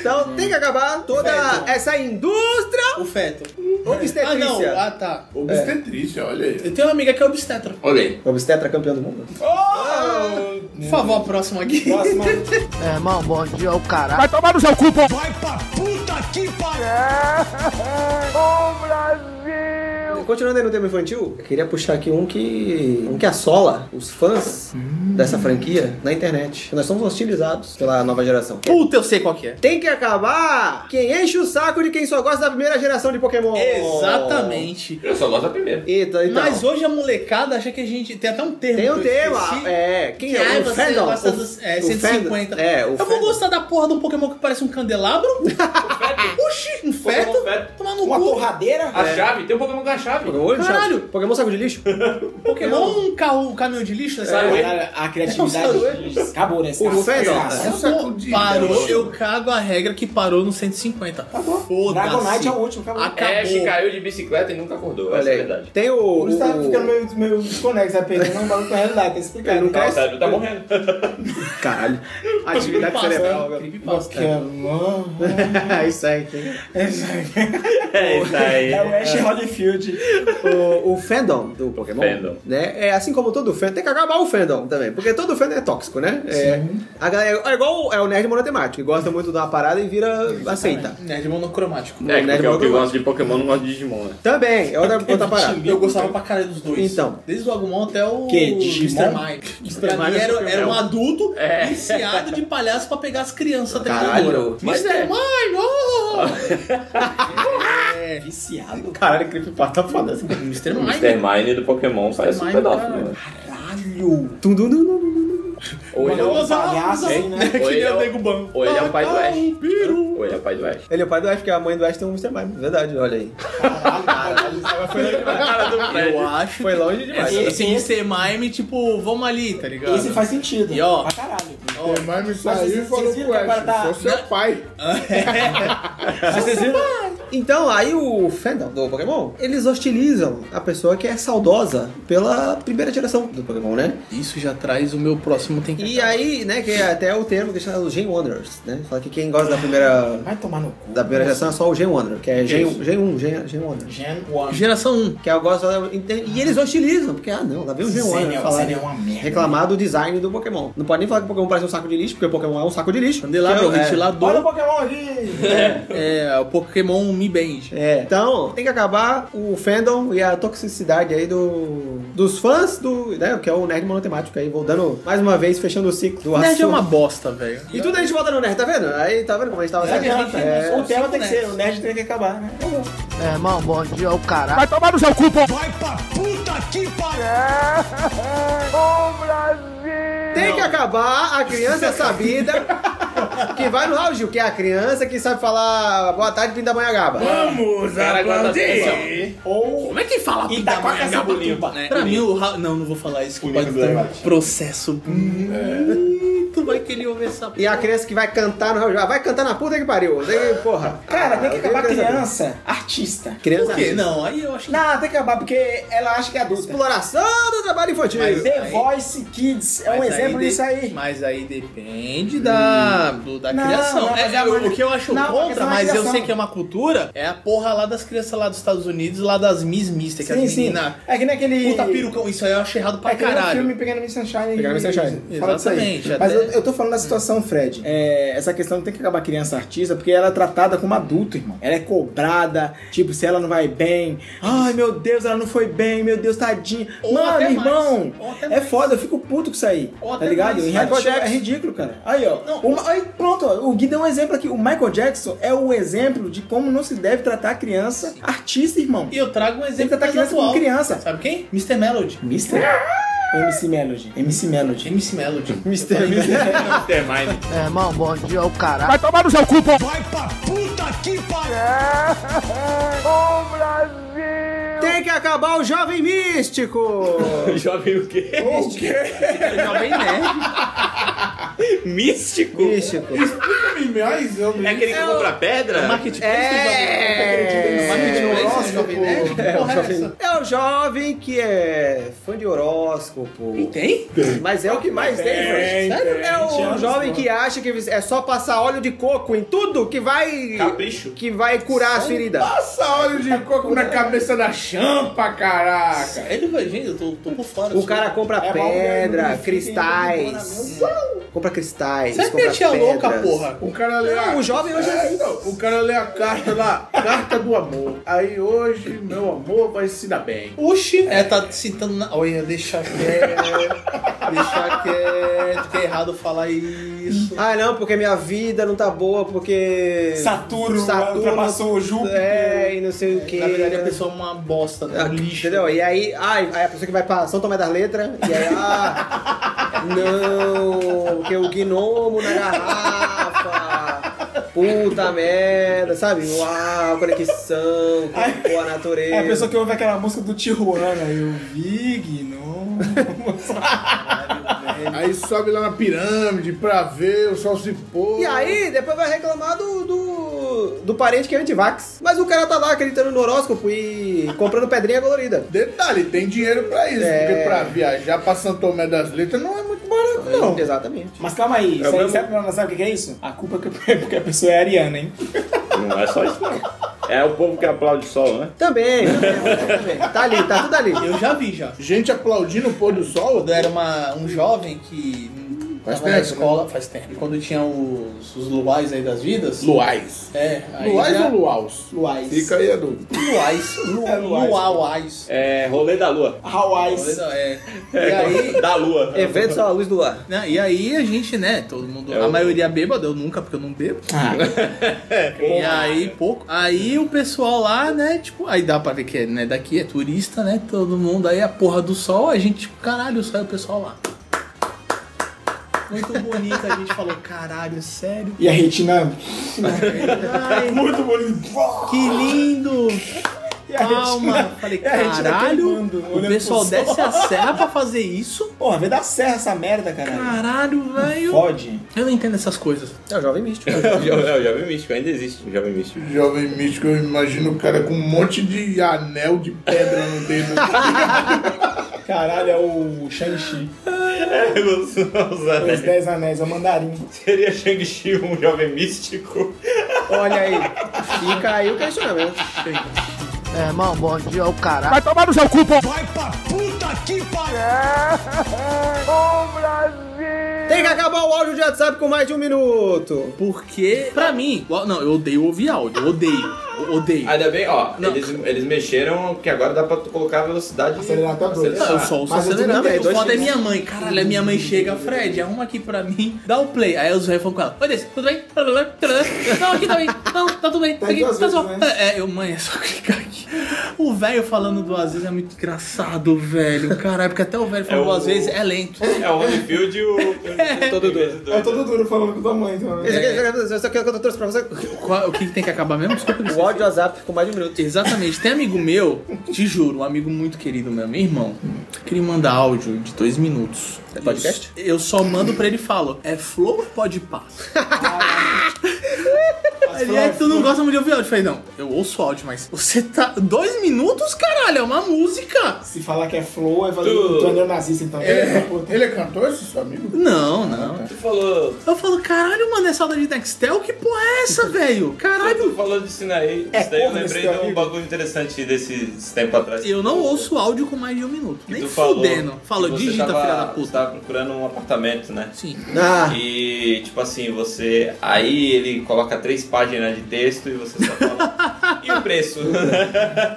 B: Então tem que acabar toda
C: Feto.
B: essa indústria
C: O feto. Ah, não.
B: obstetrícia.
C: Ah, tá.
G: Obstetrícia, olha aí.
C: Eu tenho uma amiga que é obstetra.
E: Olha aí.
B: Obstetra campeão do mundo.
C: Por favor, a próxima aqui.
B: Continuando aí no tema infantil, eu queria puxar aqui um que um que assola os fãs
C: Hum.
B: dessa franquia na internet. Nós somos hostilizados pela nova geração.
C: Puta, eu sei qual que é.
B: Tem que acabar quem enche o saco de quem só gosta da primeira geração de Pokémon.
C: Exatamente.
E: Eu só gosto da primeira.
B: Eita, Oh. então.
C: Mas hoje a molecada acha que a gente. Tem até um termo.
B: tem
C: que
B: o
C: eu
B: tema.
C: esqueci.
B: É, quem
C: Que,
B: é
C: ai,
B: o
C: você
B: fandom.
C: gosta
B: O-
C: dos é,
B: o
C: 150.
B: fandom. É, o
C: eu vou
B: fandom.
C: gostar da porra de um Pokémon que parece um candelabro. Oxi, um feto.
E: Pokémon feto.
C: Tomar no
H: Uma
C: cu.
H: torradeira?
B: É.
E: A chave, tem um Pokémon com a chave.
B: Pokémon olho,
C: Caralho.
B: chave. Pokémon saco de lixo.
C: Pokémon, um carro, um caminhão de lixo, sabe?
E: Sabe?
H: Cara, a criatividade acabou, né?
B: O fandom.
D: É um
H: Nossa,
C: Eu vou- Parou, eu cago a regra que parou no 150. Foda-se.
H: Dragonite é o último, acabou.
C: Acabou.
E: Ash caiu de bicicleta e nunca acordou. Essa é a
B: Olha aí.
E: verdade.
B: Tem o.
D: Por isso tá
B: o-
D: ficando meio, meio desconexo, tá perdendo um bagulho com a realidade, tá explicando.
B: Ele não
E: Tá,
B: cresce.
E: o cérebro tá morrendo.
B: Caralho. Atividade
C: Passa.
E: né?
B: cerebral. velho.
C: Creepypasta.
B: Isso aí.
E: É isso aí.
D: É o Ash Holyfield.
B: O, o fandom do Pokémon,
E: Fandom.
B: né? É assim como todo fandom, tem que acabar o fandom também, porque todo fandom é tóxico, né? É, a galera, é igual é o nerd monotemático, que gosta muito da parada e vira aceita.
C: Nerd monocromático.
E: É,
B: Nerd
E: porque o que
B: Pokémon.
E: gosta de Pokémon não gosta de Digimon, né?
B: Também, é outra, outra parada.
C: tá Eu gostava pra caralho dos dois.
B: Então.
C: Desde o Agumon até o
H: Que? Digimon?
C: Mr. Mime. Pra mim
B: Mime é
C: era,
B: Pokémon.
C: era um adulto
E: É.
C: viciado de palhaço pra pegar as crianças até
B: Caralho.
E: Mas
C: Mr.
E: é.
C: Mime, oh!
H: É Viciado.
B: Caralho, Creepypasta tá foda.
C: Mr.
E: Mr.
C: Mime.
E: Mine do Pokémon parece um
C: Mime,
E: pedófilo,
C: cara.
E: né?
H: Ou
E: ele é um
H: palhaço, assim, né?
E: Ou ele é o-
C: Ban.
E: ou ele é o pai do
C: Ah,
E: Ash.
C: um peru.
E: Ou ele é pai do Ash.
B: Ele é o pai do Ash, porque a mãe do Ash tem um Mr. Mime, verdade, olha aí.
C: Eu acho.
B: Foi longe
E: É.
B: demais.
C: Esse, esse Mr. Mime, tipo, vamos ali, tá ligado?
H: Esse faz sentido.
C: E ó.
H: Pra caralho.
G: O Mime
H: Mas
G: saiu e
H: vocês
G: falou
H: viram
G: pro
H: que agora
G: Ash,
H: tá-
G: sou seu pai.
B: Mas vocês viram? Então, aí o fandom do Pokémon, eles hostilizam a pessoa que é saudosa pela primeira geração do Pokémon, né?
C: Isso já traz o meu próximo tem que
B: E aí, né, que é até o termo que chama os Gen Wanderers, né? Fala que quem gosta da primeira,
H: Vai tomar no cu.
B: da primeira geração é só o Gen Wanderer, que é Gen, Gen 1, Gen, Gen Wanderer.
H: Gen One.
C: Geração 1.
B: Que eu gosto, e eles hostilizam, porque, ah não, lá vem o Gen Wanderer
H: Zenia,
B: falar,
H: Zenia é uma merda.
B: reclamar do design do Pokémon. Não pode nem falar que o Pokémon parece um saco de lixo, porque o Pokémon é um saco de lixo.
C: Candelabro,
B: Que é-
H: Olha
C: ventilador.
H: o Pokémon ali.
C: É, o Pokémon Mi Band.
B: É, então tem que acabar o fandom e a toxicidade aí do, dos fãs do, né, que é o Nerd Monotemático aí, voltando mais uma vez, fechando o ciclo do
C: Nerd é
B: assunto.
C: uma bosta, velho.
B: E tudo a gente volta no Nerd, tá vendo? Aí, tá vendo como a gente tava...
H: Não adianta.
B: É.
H: O tema tem que ser, o nerd tem que acabar, né?
B: Tem que acabar a criança sabida que vai no Raul Gil, que é a criança que sabe falar boa tarde, pinta banhagaba.
E: O cara guarda
H: Ou tá
C: Como é que fala
H: Itaquaca Sabatuba, né?
C: Pra mim, o Ra... Não, não vou falar isso, que pode ter um processo
H: É.
C: bonito. Vai que ele ouve essa
B: E a criança que vai cantar no Raul Gil, ah, vai cantar na puta que pariu. Tem que- Porra.
H: Cara, tem que acabar
B: criança
H: criança, artista.
B: Criança
C: Por quê? Não, aí eu acho que...
H: Não, tem que acabar porque ela acha que é adulta.
B: Exploração do trabalho infantil.
H: The Voice Kids é um
C: Mas
H: exemplo
C: de-
H: disso aí. Hum.
C: Mas aí depende da, do- da
H: Não,
C: criação.
H: não,
C: é,
H: mas
C: é,
H: não,
C: o que eu acho
H: não, a
C: contra,
H: questão é a
C: mas eu
H: criação.
C: sei que é uma cultura, é a porra lá das crianças lá dos Estados Unidos, lá das Miss Mister, que
H: Sim,
C: as
H: sim.
C: meninas...
H: É que nem aquele.
C: Puta perucão, isso aí eu acho errado pra
H: é que nem o
C: caralho.
H: filme Pequena Miss Sunshine.
B: Pequena Miss Sunshine.
H: Fala disso aí.
C: Exatamente.
D: Mas
C: até-
D: eu, eu tô falando da situação, Fred. É, essa questão tem que acabar criança artista, porque ela é tratada como adulto, irmão. Ela é cobrada, tipo, se ela não vai bem. Ai, meu Deus, ela não foi bem, meu Deus, tadinha.
C: Ou
D: Mano,
C: até
D: irmão,
C: mais. Ou até
D: é
C: mais.
D: foda, eu fico puto com isso aí.
C: Ou
D: Tá
C: até
D: ligado?
C: mais.
D: Em reality
B: Michael
D: show é
B: Jackson.
D: ridículo, cara. Aí, ó.
C: Não.
D: Uma- aí, pronto, ó, o Gui deu um exemplo aqui. O Michael Jackson é o exemplo de como não se deve tratar a criança artista, irmão.
C: E eu trago um
D: Tem que
C: exemplo
D: tratar a
C: mais
D: criança como
C: atual.
D: criança.
C: Sabe quem? Mr. Melody.
D: Mister? MC Melody. MC Melody.
C: James Melody.
B: Mr. Mr.
E: Mr. É Mine.
B: Tem que acabar o jovem místico.
E: Oh. Jovem o quê?
C: Jovem Nerd.
E: Místico?
B: Místico.
G: mais, eu
E: tipo, É aquele que compra pedra?
B: É.
C: Marketplace, Jovem Nerd?
B: É, o
C: Porra,
B: jovem-
C: essa?
B: é o jovem que é fã de horóscopo.
C: E tem?
B: Mas é o que mais tem, Fred. Sério? É o jovem que acha que é só passar óleo de coco em tudo que vai.
E: Capricho.
B: Que vai curar as feridas.
G: Passa óleo de coco na cabeça da champa, caraca.
C: Sério, velho? Gente, eu tô, tô por fora.
B: O cara compra
D: É mal,
B: pedra,
D: né?
B: cristais. Compra cristais.
C: Sabe que
B: compra
C: minha tia é louca,
B: pedras.
C: porra?
G: O cara lê a...
B: O jovem hoje é
G: É, então, o cara lê a carta lá, carta do amor. Aí hoje, meu amor vai se dar bem.
C: Oxi. É, tá citando na. Olha, deixa quieto. deixa quieto. Que é errado falar isso.
B: Ah, não, porque minha vida não tá boa, porque.
F: Saturno,
B: Saturno-
F: ultrapassou o Júpiter.
B: É, e não sei o que.
C: Na verdade, a pessoa é uma bosta, né?
B: Ah,
C: um lixo.
B: Entendeu? E aí, ai, aí a pessoa que vai pra São Tomé das Letras, e aí, ah, não, porque o gnomo na garrafa, puta merda, sabe? Uau, conexão com a natureza.
F: É a pessoa que ouve aquela música do Tijuana, eu vi, não.
G: Aí sobe lá na pirâmide pra ver o sol se pôr.
B: E aí, depois vai reclamar do, do, do parente que é antivax. Mas o cara tá lá acreditando no horóscopo e comprando pedrinha colorida.
G: Detalhe, tem dinheiro pra isso,
B: É.
G: porque pra viajar pra São Tomé das Letras não é muito barato, não.
B: Exatamente.
F: Mas calma aí,
E: É o
F: isso aí
E: mesmo-
F: sabe, sabe, o que que é isso? A culpa é que- é porque a pessoa é ariana, hein?
E: Não é só isso, não. É o povo que aplaude o sol, né?
B: Também, também, também. Tá ali, tá tudo ali.
C: Eu já vi já.
G: Gente aplaudindo o pôr do sol,
C: Quando eu era uma, um jovem que
G: Faz
C: tava na
G: tempo, né?
C: escola, faz tempo. Quando tinha os, os luais aí das vidas.
G: luais.
C: É, aí
G: Luais
C: já-
H: um
G: ou luaus?
C: Luais.
G: Fica aí a dúvida.
C: Luais. Lu,
F: É, luais.
C: luauais.
E: É rolê da lua.
F: Hawaii.
C: É.
E: É,
C: E aí,
E: da lua.
B: Eventos à luz do ar.
C: né, e aí a gente, né, todo mundo,
E: É
C: a
E: o-
C: maioria bêbada, eu nunca, porque eu não bebo. e aí, pouco. Aí o pessoal lá, né, tipo, aí dá pra ver que é, né, daqui é turista, né, todo mundo, aí a porra do sol, a gente, tipo, caralho, sai o pessoal lá. Muito bonito, a gente falou, caralho, sério?
F: E a retina.
C: Ai,
F: Muito bonito.
C: que lindo!
F: E a
C: Calma!
F: retina-
C: Falei,
F: e a retina
C: caralho!
F: queimando,
C: O
F: olhando
C: pessoal
F: pro sol.
C: desce a serra pra fazer isso?
F: Porra, vem da serra essa merda, caralho.
C: Caralho, velho!
F: Pode.
C: Eu não entendo essas coisas.
B: É o jovem místico.
E: É o jo- é o jovem místico, ainda existe o jovem místico.
G: Jovem místico, eu imagino o cara com um monte de anel de pedra no dedo.
F: Caralho, é o Shang-Chi.
E: É,
F: Os Dez Anéis, é o Mandarim.
E: Seria Shang-Chi um jovem místico?
B: Olha aí, fica aí o questionamento.
C: É, irmão, bom dia, o caralho.
B: Tem que acabar o áudio de WhatsApp com mais de um minuto.
C: Porque, pra mim, ó, não, eu odeio ouvir áudio, eu odeio, eu odeio.
F: Ah,
E: Ainda bem, ó,
C: Não.
E: eles, eles mexeram que agora dá pra tu colocar a velocidade.
F: Acelerador.
C: Não, eu sou, eu sou
F: Mas eu
C: acelerado.
B: também,
C: O
B: dois
C: foda é
B: vezes.
C: minha mãe. Caralho, a minha mãe chega, Fred, arruma aqui pra mim, dá o play. Aí eu zoei e falo com ela. Oi, Desi, tudo bem? Não, aqui tá bem. Não, tá tudo bem.
F: Tá
C: aqui,
F: duas
C: tá só.
F: vezes,
C: É, eu, mãe, é só clicar aqui. O velho falando duas vezes é muito engraçado, velho. Caralho, porque até o velho falando
E: É o-
C: duas vezes é lento.
E: É o Holyfield e o. o todo doido.
F: É todo duro falando com tua mãe, então. né?
B: Esse aqui, esse aqui, esse aqui é o que eu trouxe pra você.
C: Qual- o que, que tem que acabar mesmo? Desculpa,
B: O áudio de WhatsApp com mais de um minuto.
C: Exatamente. Tem amigo meu, te juro, um amigo muito querido meu, meu irmão, que ele manda áudio de dois minutos. É
B: podcast?
C: Eu, eu só mando pra ele e falo, é flow ou pode pá? Ele, é, tu não gosta muito de ouvir áudio? Eu falei, não, eu ouço áudio, mas você tá... Dois minutos, caralho, é uma música!
F: Se falar que é flow, é valendo. Tu é neonazista, então.
G: É, ele é cantor, esse seu amigo?
C: Não, não.
E: Tu falou.
C: Eu falo, caralho, mano, é saudade de Nextel? Que porra é essa, velho? Caralho,
E: Tu falou disso aí.
F: É,
E: Isso daí eu
F: porra,
E: lembrei
F: esse
E: de um
F: amigo.
E: bagulho interessante desses tempo atrás.
C: eu não ouço áudio com mais de um minuto.
E: Que
C: Nem
E: tu falou
C: fudendo.
E: que
C: Fala,
E: você
C: digita,
E: tava-
C: filha da
E: Você
C: puta.
E: tava procurando um apartamento, né?
C: Sim.
B: Ah,
E: E tipo assim, você. Aí ele coloca três páginas de texto e você só fala. e o preço?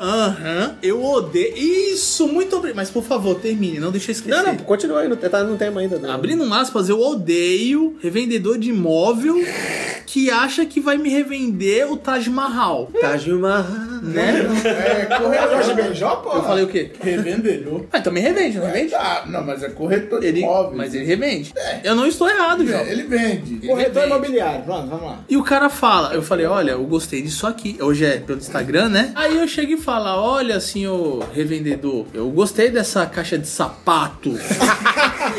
C: Aham, eu odeio. Isso, muito obrigado. Mas por favor, termine, não deixa eu esquecer.
B: não, não, continua aí, não, tá no tema ainda. Não.
C: Abrindo um aspas, eu odeio revendedor de imóvel que acha que vai me revender o Taj Mahal,
B: Taj Mahal.
C: né?
G: É corretor. Jorge Benjó, pô.
C: Eu falei o quê?
G: Revendedor.
C: Mas também revende, não revende?
G: Ah, não, mas é corretor de
C: Ele,
G: imóveis.
C: mas ele revende. Eu não estou errado,
G: Ele
C: João.
G: vende, Ele vende.
F: Corretor
C: Repente.
F: imobiliário. Pronto, vamos lá.
C: E o cara fala, eu falei, olha, eu gostei disso aqui. Hoje é pelo Instagram, né? Aí eu chego e falo, olha, senhor revendedor, eu gostei dessa caixa de sapato. Né?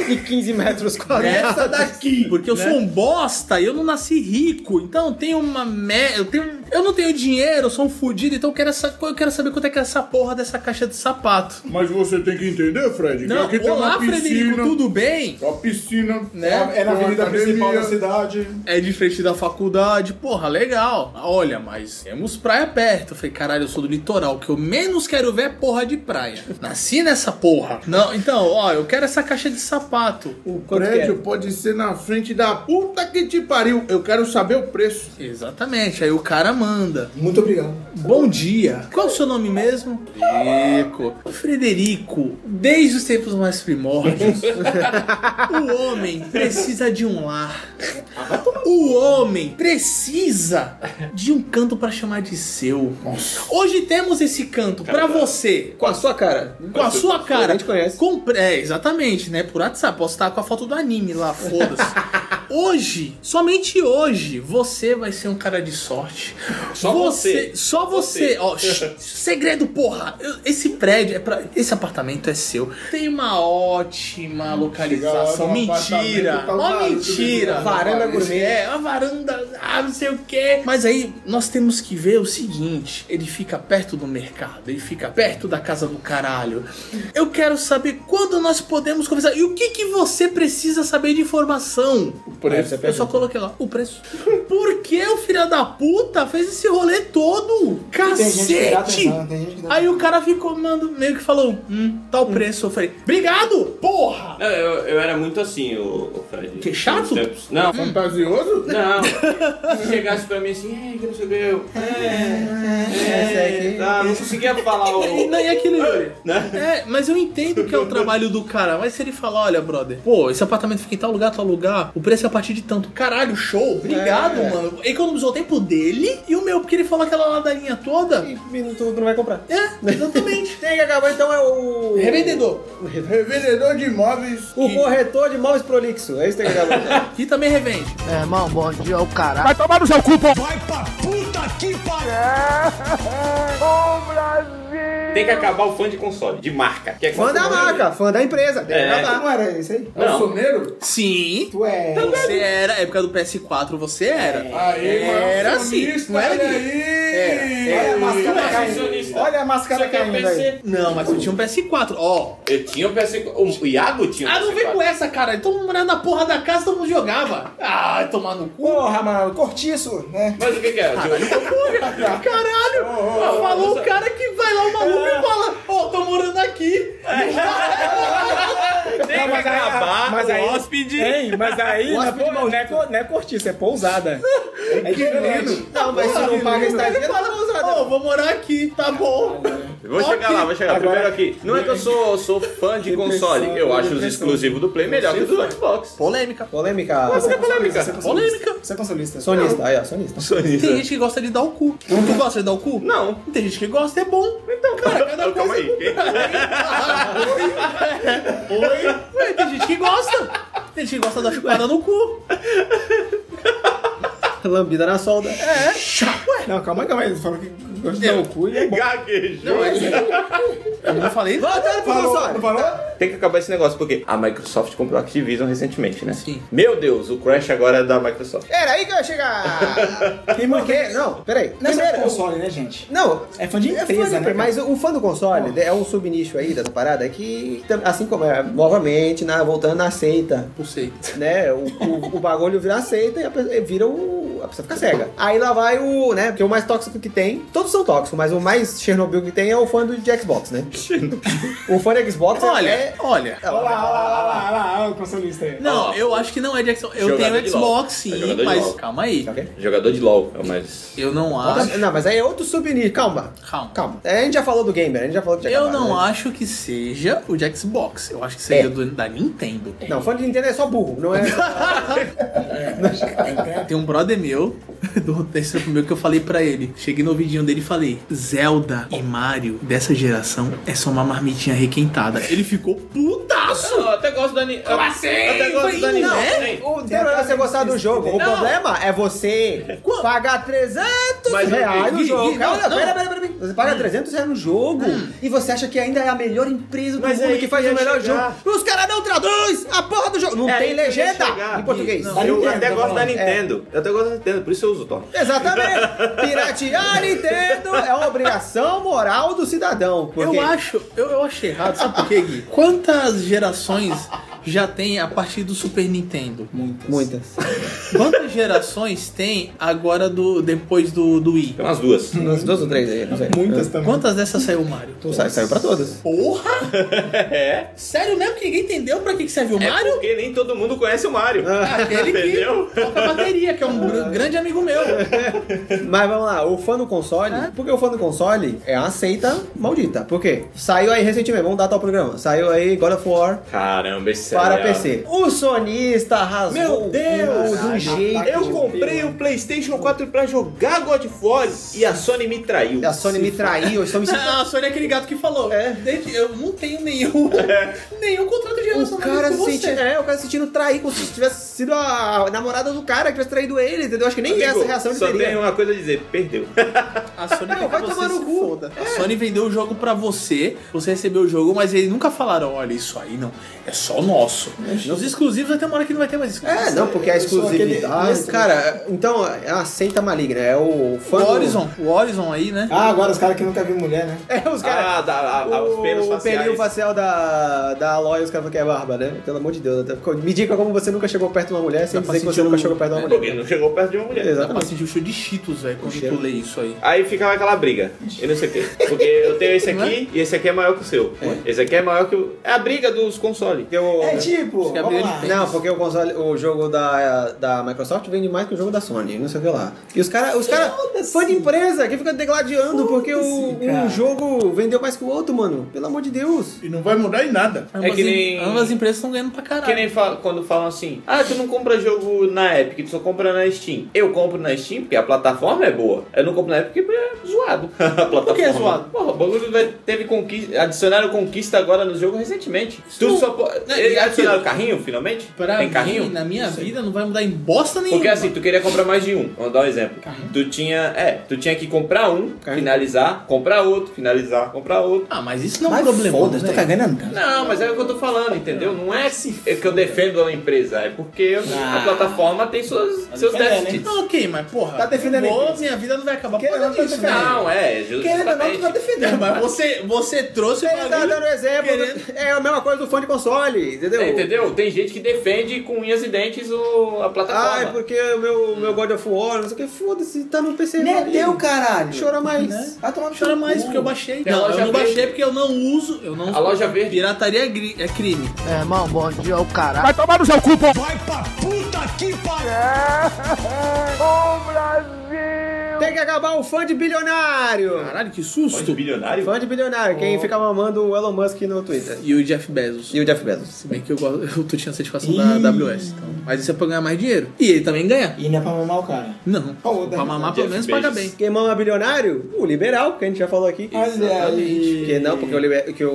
B: e 15 metros quadrados.
C: Essa daqui. Porque eu
F: Né?
C: sou um bosta e eu não nasci rico. Então eu tenho uma merda. Eu, tenho... eu não tenho dinheiro, eu sou um fudido, então eu quero, essa... eu quero saber quanto é que é essa porra dessa caixa de sapato.
F: Mas você tem que entender, Fred,
C: Não,
F: que aqui tem
C: olá,
F: uma piscina.
C: Frederico, tudo bem?
F: Uma piscina,
C: Né?
F: É na
G: Uma
F: avenida
G: academia.
F: principal da cidade.
C: É de frente da faculdade, porra, legal. Olha, mas temos praia perto. Eu falei, caralho, eu sou do litoral. O que eu menos quero ver é porra de praia. Nasci nessa porra. Não, então, ó, eu quero essa caixa de sapato.
G: O
B: Quanto
G: prédio pode ser na frente da puta que te pariu. Eu quero saber o preço.
C: Exatamente, aí o cara manda.
D: Muito obrigado.
C: Bom dia. Qual o seu nome mesmo? Frederico. Frederico, desde os tempos mais primórdios, o homem precisa de um lar. O homem precisa de um canto pra chamar de seu. Hoje temos esse canto pra você.
B: Com a sua cara.
C: Com a sua cara.
B: A gente conhece.
C: Compre- É, exatamente, né? Por WhatsApp. Posso estar com a foto do anime lá, foda-se. Hoje, somente hoje, você vai ser um cara de sorte.
E: Só você.
C: Só você.
E: Você.
C: Ó, shh, segredo, porra. Eu- Esse prédio, é pra, esse apartamento é seu. Tem uma ótima localização.
F: Hum, Chega lá no
C: Mentira.
F: apartamento, tá
C: Ó,
F: lá,
C: mentira.
F: tudo
B: Varanda gourmet.
C: É, uma varanda, ah, não sei o quê. Mas aí nós temos que ver o seguinte: ele fica perto do mercado, ele fica perto da casa do caralho. Eu quero saber quando nós podemos conversar. E o que, que você precisa saber de informação?
B: Preço.
C: Eu só coloquei lá o preço. Por que o filho da puta fez esse rolê todo?
D: Tem gente que né?
C: Cacete!
D: dá atenção, tem gente que dá
C: Aí o cara ficou, mano, meio que falou, hum, tá o preço. Eu falei, obrigado, porra!
E: Não, eu, eu era muito assim, o, o Fred.
C: Que chato?
E: Nos tempos. Não,
G: Fantasioso?
E: não. Se chegasse pra mim assim, ei, que não sei o que eu. É, é, ah, não conseguia falar
C: E,
E: o.
C: não, e aquilo, Yuri?
E: Né?
C: É, mas eu entendo que é o trabalho do cara. Mas se ele falar, olha, brother, pô, esse apartamento fica em tal lugar, tal lugar, o preço é a partir de tanto. Caralho, show, obrigado, mano. Economizou o tempo dele e o meu, porque ele falou aquela ladainha toda.
B: Não, tu, tu não vai comprar.
C: É, exatamente.
B: Tem que acabar então é o.
C: Revendedor.
G: Revendedor de imóveis.
B: O
G: que-
B: corretor de imóveis prolixo. É isso que tem que acabar.
C: E também revende.
E: Tem que acabar o fã de console, de marca. Que é
B: fã da marca, fã da empresa. Tem que
E: É.
B: acabar.
D: Não era isso aí?
G: É o
E: Não,
G: soneiro?
C: Sim.
D: Tu é.
C: Você era, época do PS4, você era.
G: Aí, mano.
C: Era sim,
G: sonista,
C: não era
G: olha
C: ninguém.
G: aí.
B: Olha a
E: Mas
B: máscara caindo.
E: É, acionista.
B: Olha a
E: você
B: máscara
E: quer
B: caindo aí.
E: PC?
C: Não, mas eu tinha um PS4, ó.
E: Eu tinha um o PS4. O Iago tinha um
C: Ah, não vem
E: PS4.
C: com essa, cara. Todo mundo morava na porra da casa, todo mundo jogava. Ah, tomar no cu.
D: Porra, mano, cortiço, né?
E: Mas o que que é?
C: Caralho! falou o cara que vai lá, o maluco, e fala: Ó, tô morando aqui.
E: Tem que acabar
F: mas
E: Ah, o
F: aí-
E: hóspede.
C: É.
F: Tem, mas aí na-
D: né,
F: não, é, co- não é cortiça, é pousada.
B: É diferente. Não, mas se não paga
D: tá
C: Ele
E: É
B: estadia, não
C: fala:
B: vai usar. né?
C: Ó, vou morar aqui, tá bom.
E: Vou
C: Ok.
E: chegar lá, vou chegar. Primeiro aqui. Não é que eu sou, sou fã de console. Eu acho os exclusivos do Play melhor que os do Xbox.
C: Polêmica.
B: Polêmica.
E: Isso é polêmica.
C: Polêmica.
D: Você é consolista.
B: Sonista. Aí, ó, sonista.
C: Tem gente que gosta de dar o cu. Tu gosta de dar o cu?
E: Não.
C: Tem gente que gosta, é bom. Então, cara, cada
E: Não, calma
C: coisa
E: aí.
C: Ué, tem gente que gosta. Tem gente que gosta da chupada no cu.
B: Lambida na solda.
D: Não, calma aí, calma aí. Fala que gosta de dar o cu e é bom.
E: Gaguejou.
C: Eu não falei
B: Voltando pro console.
E: Tem que acabar esse negócio, porque a Microsoft comprou a Activision recentemente, né?
C: Sim.
E: Meu Deus, o Crash agora é da Microsoft.
B: Era aí que eu ia chegar. Porque, não, peraí.
D: Não é só de
B: Primeiro,
D: console, né, gente?
B: Não,
D: É fã de
B: é
D: empresa,
B: fã de-
D: né? cara?
B: Mas o fã do console é um subnicho aí dessa parada que, assim como é, novamente, na, voltando na seita,
E: É
C: Não sei.
B: né? O, o, o bagulho vira seita e a pessoa, vira o. A pessoa fica cega. Aí lá vai o, né? Porque o mais tóxico que tem, todos são tóxicos, mas o mais Chernobyl que tem é o fã do, de Xbox, né? o fã de Xbox
C: Olha,
B: é.
C: olha.
B: é
D: Olha lá, olha lá, olha lá, olha lá, olha o consolista aí.
C: Não, eu acho que não é de Xbox. Eu
E: Jogador
C: tenho
E: de
C: Xbox,
E: LOL. É
C: sim,
E: jogador de
C: mas
E: LOL.
C: calma aí.
B: Ok?
E: Jogador de LoL, é o mais...
C: Eu não acho.
B: Outra- Não, mas aí é outro subnicho. Calma,
C: Calma.
B: calma. É, A gente já falou do gamer, a gente já falou que tinha
E: tá
C: Eu
B: acabado,
C: não
B: né?
C: acho que seja o de Xbox. Eu acho que
B: É.
C: seja do, da Nintendo.
B: Não, fã de Nintendo é só burro, não é.
C: Tem um brother meu, do terceiro meu, que eu falei pra ele. Cheguei no ouvidinho dele e falei: Zelda e Mario dessa geração é só uma marmitinha requentada. Ele ficou putaço!
E: Ah, até gosto do anime. Como assim? Eu até gosto do anime.
B: Não,
E: Sim.
B: o tem problema é você gostar do jogo. O
E: Não.
B: problema é você pagar 300
E: Mas,
D: é,
B: reais no
E: Gui,
B: jogo.
C: Gui,
B: Calma,
C: não,
B: não, pera, pera, pera, pera. Você
D: Hum.
B: paga 300 reais no jogo e você acha que ainda é a melhor empresa do
H: Mas
B: mundo
H: aí
B: que faz o
H: que eu ia
B: melhor
H: chegar.
B: jogo. Os caras não traduz a porra do jogo. Não
E: É aí
B: tem
E: que eu ia
B: legenda
E: chegar,
B: em português.
H: Gui.
E: Eu
H: Nintendo,
B: É.
E: até
H: tá
E: gosto da
H: falando.
E: Nintendo. Eu até gosto da Nintendo, por isso eu uso o Tom.
B: Exatamente. Piratear Nintendo é uma obrigação moral do cidadão. Porque...
C: Eu acho, eu, eu achei errado, sabe por quê, Gui? Quantas gerações já tem a partir do Super Nintendo?
B: Muitas.
C: Quantas gerações tem agora do depois do, do Wii?
E: Tem umas duas.
B: Umas duas ou três aí, não sei.
F: Muitas também.
C: Quantas dessas saiu o Mario?
B: Sa- Saiu pra todas.
C: Porra! Sério mesmo que ninguém entendeu pra que, que serve o
E: É
C: Mario?
E: porque nem todo mundo conhece o Mario.
B: Ah.
C: Aquele
E: Entendeu?
C: que toca bateria, que é um gr- grande amigo meu.
B: Mas vamos lá, o fã do console.
E: Ah.
B: Porque o fã do console é uma seita maldita. Por quê? Saiu aí recentemente, vamos datar o programa. Saiu aí God of War
E: Caramba, esse
B: para
E: seriado.
B: PC. O sonista rasgou
E: é Meu
B: o cu
E: Deus!
B: de um jeito.
E: Eu comprei o PlayStation 4 pra jogar God of War e a Sony me traiu.
B: A Sony me traiu, eu estou me sentindo.
C: Ah, a Sônia é aquele gato que falou.
B: É.
C: "Desde- Eu não tenho nenhum, nenhum contrato de
B: O
C: relacionamento
B: cara,
C: com
B: se
C: você.
B: senti... é, o cara se sentindo traído, como se tivesse sido a namorada do cara que tivesse traído ele, entendeu? Acho que nem essa reação ele
E: Só
B: teria.
E: tem uma coisa a dizer, perdeu.
C: A Sony
B: Não,
C: quer
B: vai
C: que você
B: tomar no
C: se
B: cu. É.
C: foda. A Sony vendeu o jogo pra você, você recebeu o jogo, mas eles nunca falaram, olha, isso aí não, é só o nosso. Os exclusivos vai ter uma hora que não vai ter mais exclusivos.
B: É, não, porque a exclusividade. Cara, então é uma seita maligna, é o fã.
C: O
B: do-
C: Horizon, o Horizon aí, né?
D: Ah, agora os caras que nunca viu mulher, né?
B: É, os caras.
E: Ah, da, a, a, os pelos
B: o perinho
E: faciais.
B: facial da, da Aloy, os caras falam que é barba, né? Pelo amor de Deus. até ficou- Me diga como você nunca chegou perto de uma mulher sem
C: Dá pra
B: dizer que você
C: sentir
B: nunca
C: o-
B: chegou perto de uma mulher.
E: Porque não chegou perto de uma mulher.
C: Dá pra
B: Exatamente.
C: sentir o cheiro de Cheetos, velho, quando
B: tá cheiro.
C: tu lê isso aí.
E: Aí ficava aquela briga. E não sei o quê. Porque eu tenho esse
C: Não é?
E: aqui e esse aqui é maior que o seu. Esse aqui é maior que o. É a briga dos consoles.
B: Porque o-
D: É tipo,
C: Se abrir,
D: vamos lá.
C: ele tem.
B: Não, porque o, console- o jogo da, da Microsoft vende mais que o jogo da Sony, não sei o que lá. E os caras, os cara, fã de empresa que fica degladiando porque o, um jogo vendeu mais que o outro, mano. Pelo amor de Deus.
G: E não vai mudar em nada.
B: É
C: Ambas
E: que
C: em-
E: nem-
C: Ambas as empresas estão ganhando pra caralho.
E: Que nem fa- quando falam assim, ah, tu não compra jogo na Epic, tu só compra na Steam. Eu compro na Steam porque a plataforma é boa. Eu não compro na Epic porque é zoado. a plataforma.
C: que é zoado?
E: Porra, o bagulho vai- teve conquista, adicionaram conquista agora no jogo recentemente. Tu
C: não-
E: só po-
C: Não, e
E: Eles adicionaram
C: aquilo?
E: carrinho, finalmente?
C: Pra
E: Tem
C: mim, né?
E: carrinho?
C: na minha vida, não vai mudar em bosta nenhuma.
E: Porque assim, tu queria comprar mais de um. Vamos dar um exemplo. Tu tinha, é, tu tinha que comprar um, finalizar, comprar outro, finalizar, comprar outro.
C: Ah, mas isso não é um problema.
D: Foda-se, tô cagando andando.
E: Não, mas é o que eu tô falando, entendeu? Não é se- é que eu defendo a empresa, é porque eu-
D: Ah.
E: a plataforma tem suas, seus
D: é, né?
E: déficits.
C: Não, ok, mas porra.
D: Tá defendendo a
C: vou-
D: empresa.
C: Minha vida não vai acabar por
D: Querendo
C: causa
D: ou não, tá
C: disso, né?
D: defendendo.
E: Não, é, justamente.
D: Querendo ou não, tu tá defendendo.
C: Mas você, você trouxe o
B: Ele tá
C: bagulho-
B: dando exemplo.
C: querendo- É,
B: É a mesma coisa do fã de console, entendeu?
E: É, Entendeu? Tem gente que defende com unhas e dentes o, a plataforma.
B: Ah, é porque o meu, meu God of War, não sei o que, foda-se, tá no PC.
H: Meteu,
B: maligno.
H: caralho.
B: Chora mais.
C: né?
H: Vai tomar no
C: Chora
H: seu
C: mais
H: cu.
C: porque eu baixei.
E: Tem a
C: Não,
E: loja
C: eu não
E: verde.
C: baixei porque eu não uso. Eu não
E: A loja verde.
C: Pirataria é, gri- é crime.
A: é.
B: Tem que acabar o fã de bilionário.
C: Caralho, que susto.
E: é bilionário?
B: Fã de bilionário, quem fica mamando o Elon Musk no Twitter.
C: E o Jeff Bezos.
B: E o Jeff Bezos.
C: Se bem que eu, gosto- eu tô tinha certificação da AWS. então. Mas isso é pra ganhar mais dinheiro. E ele também ganha.
D: E não é pra mamar o cara.
C: Não.
D: Ô,
C: pra mamar,
E: Jeff
C: pelo menos, paga
E: Bezos.
C: bem.
B: Quem mama bilionário? O liberal, que a gente já falou aqui.
D: Olha aí.
B: Que não, porque o, liber- que o,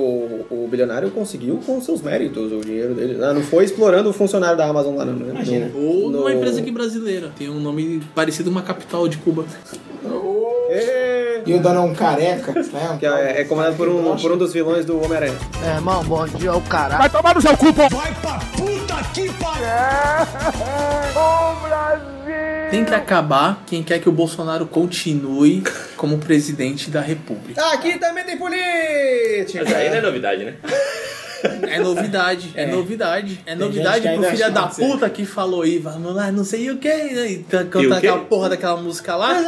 B: o bilionário conseguiu com seus méritos o dinheiro dele. Ah, Não foi explorando o funcionário da Amazon lá, não. né?
D: Imagina.
B: No-
C: Ou
B: no-
C: numa empresa aqui brasileira. Tem um nome parecido com uma capital de Cuba.
B: É,
D: E o dono é um careca, né?
B: Que é, é comandado por um, por um dos vilões do Homem-Aranha.
C: Tem que acabar quem quer que o Bolsonaro continue como presidente da república.
B: Aqui também tem política!
E: Mas aí não é novidade, né?
C: É novidade, é, novidade. É
D: gente que
C: novidade pro
D: ainda
C: filho
D: acha
C: da
D: que não
C: puta que falou aí, vamos lá, não sei o que, né? E tá-
E: E o
C: cantar
E: quê?
C: aquela porra daquela música
D: é.
C: lá.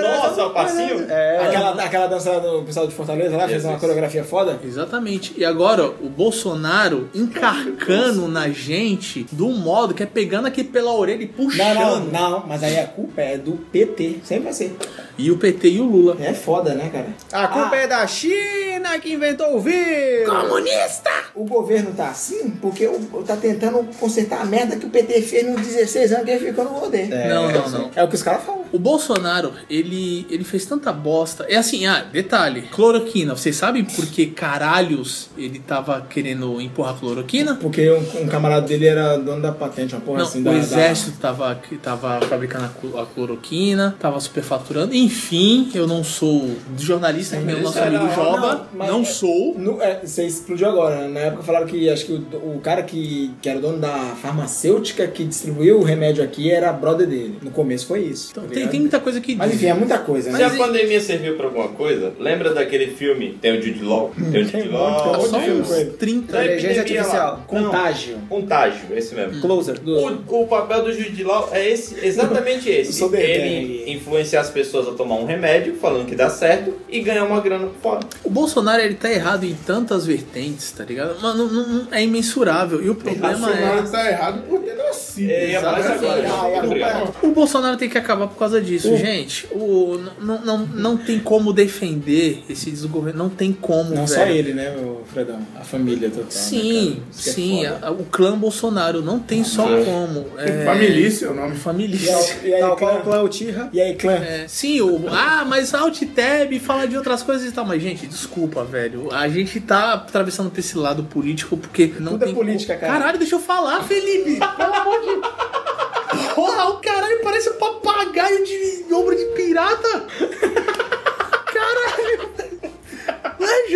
E: Nossa, o passinho.
D: é. Aquela, aquela dança lá do pessoal de Fortaleza lá, fez uma
E: Jesus.
D: coreografia foda.
C: Exatamente. E agora, o Bolsonaro encarcando na gente de um modo que é pegando aqui pela orelha e
D: Não,
C: puxando.
D: não, não, mas aí a culpa é do PT, sempre vai ser.
C: E o PT e o Lula.
D: É foda, né, cara?
B: A culpa é da China que inventou o vírus!
D: O governo tá assim porque o- tá tentando consertar a merda que o PT fez nos 16 anos que ele ficou no poder.
C: não, não, não.
D: É o que os caras falam.
C: O Bolsonaro, ele, ele fez tanta bosta. É assim, ah, detalhe. Cloroquina, vocês sabem por que caralhos ele tava querendo empurrar cloroquina?
D: Porque um, um camarada dele era dono da patente, uma porra
C: Não,
D: assim.
C: o
D: da, da-
C: exército tava, tava fabricando a clo- a cloroquina, tava superfaturando. Enfim, eu não sou jornalista, que nem o nosso
D: Jornalista
C: amigo
D: é não,
C: Joba.
D: não, mas-
C: não sou.
D: No- é, você explodiu agora, né? Na época falaram que acho que o, do- o cara que, que era dono da farmacêutica que distribuiu o remédio aqui era brother dele. No começo foi isso.
C: Então,
D: tá
C: tem,
D: ligado?
C: tem muita coisa que.
D: Mas enfim, é muita coisa,
E: Se
D: né?
E: a pandemia serviu pra alguma coisa, lembra daquele filme? Tem o Jude Law. Tem o Jude
D: muito,
E: Law.
D: tem
C: só
E: tem
D: muito.
E: o-
C: uns 30
E: Não,
B: Inteligência
E: epidemia
B: artificial.
E: Não,
D: Contágio.
E: Contágio, esse mesmo.
B: Closer.
E: O, o papel do Jude Law é esse, exatamente esse.
D: sou bebê.
E: Ele influenciar as pessoas a tomar um remédio, falando que dá certo, e ganhar uma grana por fora.
C: O Bolsonaro, ele tá errado em tantas vertentes, tá ligado? Mano, não- não- é imensurável. E o problema é...
G: Bolsonaro tá errado por ter nascido.
E: É, ia falar isso agora.
G: Ah, é a culpa
E: Obrigado.
G: é
C: O Bolsonaro tem que acabar por causa disso, gente. O, não, não, não tem como defender esse desgoverno. Não tem como, velho.
D: Não só ele, né, meu Fredão? A família total. né,
C: Sim,
D: cara? Isso que é
C: sim.
D: foda. Uhum.
C: a- o clã Bolsonaro não tem só como. É,
G: Familícia é o nome.
D: E
C: Família.
D: aí, e aí,
B: Tal qual o
D: clã?
B: É, clã Uchiha.
D: E aí, clã?
C: É, sim, o. Ah, mas Alt-Tab fala de outras coisas e tal. Mas, gente, desculpa, velho. A gente tá atravessando pra esse lado político porque não
D: Tudo é
C: tem
D: política, cara.
C: Caralho, deixa eu falar, Felipe. Pelo amor de. Porra, o caralho parece um papagaio de ombro de pirata. Caralho. Não é,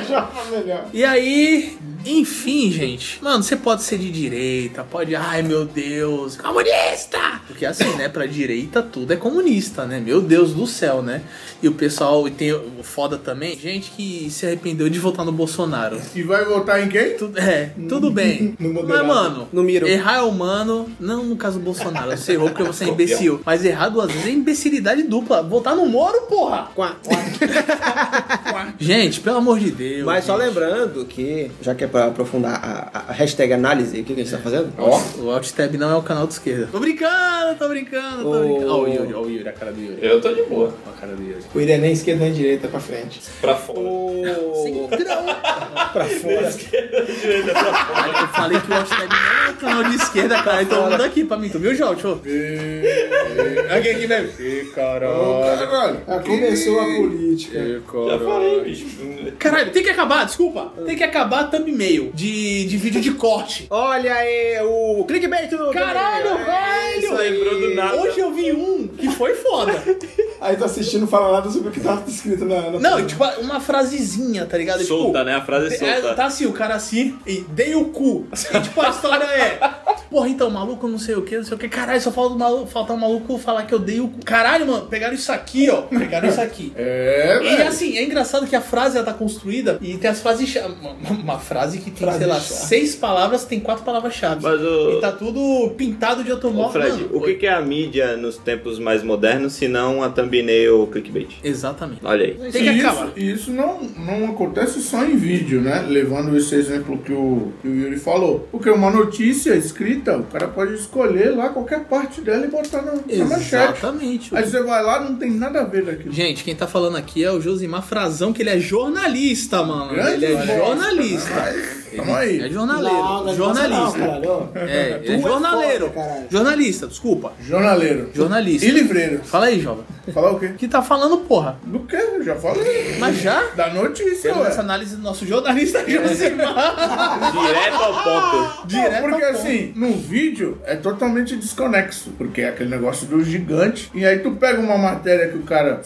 C: Jova?
G: melhor.
C: E aí, enfim, gente. Mano, você pode ser de direita, pode. Ai, meu Deus, comunista! Porque assim, né? Pra direita tudo é comunista, né? Meu Deus do céu, né? E o pessoal, e tem o foda também, gente que se arrependeu de votar no Bolsonaro.
G: E vai votar em quem?
C: Tudo, é, tudo bem. Mas, mano,
B: No Miro.
C: errar é humano. Não no caso do Bolsonaro, você errou porque você é imbecil. Mas errar duas vezes é imbecilidade dupla. Votar no Moro, porra!
B: Quá.
C: Gente, pelo amor de Deus.
B: Mas só
C: gente.
B: lembrando que, já que é pra aprofundar a, a- a hashtag análise, o que, que a gente tá fazendo?
C: O Alt-Tab não é o canal de esquerda. Tô brincando, tô brincando, tô
B: Ô.
C: brincando. Ó, o Yuri, ó, o Yuri, a cara do Yuri.
E: Eu tô de boa.
C: A cara do Yuri.
D: O Irã nem esquerda nem direita pra frente.
E: Pra fora.
D: Pra fora.
C: Eu falei que o Alt-Tab não é o canal de esquerda, cara. Então muda aqui pra mim, tu viu, João? Deixa eu ver. É.
D: Aqui, aqui, velho.
G: Caralho.
D: Ah, começou a política.
E: Já falei, bicho.
C: Caralho, tem que acabar, desculpa. Tem que acabar a thumb e-mail de, de vídeo de corte.
B: Olha aí o clickbait do...
C: Caralho,
E: Isso
C: velho!
E: lembrou do nada.
C: Hoje eu vi um que foi foda.
D: Aí tá assistindo, fala nada sobre o que tá escrito na. na...
C: Não, tipo, uma frasezinha, tá ligado? Tipo,
E: Solta, né? A frase é
C: É,
E: solta.
C: tá assim, o cara assim, e dei o cu. E tipo, a história é. Porra, então, maluco, não sei o que, não sei o que. Caralho, só falta o maluco, falta o maluco falar que eu dei o cu. Caralho, mano, pegaram isso aqui, ó. Pegaram isso aqui.
G: É,
C: E
G: velho.
C: assim, é engraçado que a frase ela tá construída e tem as frases. cha- Uma, uma frase que tem, sei lá, seis palavras, tem quatro palavras-chave.
E: Mas o-
C: E tá tudo pintado de
E: Ô,
C: automóvel.
E: Fred,
C: Mano,
E: o que, que é a mídia nos tempos mais modernos se não a thumbnail clickbait?
C: Exatamente.
E: Olha aí.
C: Tem que
G: E isso-
C: acabar.
G: E isso não, não acontece só em vídeo, né? Levando esse exemplo que o, que o Yuri falou. Porque uma notícia escrita, o cara pode escolher lá qualquer parte dela e botar na, na manchete.
C: Exatamente.
G: Aí você vai lá, não tem nada a ver daquilo.
C: Gente, quem tá falando aqui é o Josimar Frazão, que ele é jornalista, mano.
G: Grande
C: ele é
G: jornalista.
C: jornalista.
G: Mas, Tamo aí.
C: É jornaleiro. jornalista. é, ele é
D: Tu é
C: jornaleiro.
D: foda, caralho.
C: jornalista, desculpa.
G: Jornaleiro.
C: Jornalista.
G: E livreiro.
C: Fala aí, Jova.
G: Falar o quê?
C: Que tá falando, porra.
G: Do quê? Eu já falei.
C: Mas já?
G: Da notícia,
C: Temos
G: ué.
C: essa análise do nosso jornalista Josimar.
E: Direto ao ponto.
C: Direto
G: Não, porque
C: ao
G: assim, no vídeo é totalmente desconexo. Porque é aquele negócio do gigante. E aí tu pega uma matéria que o cara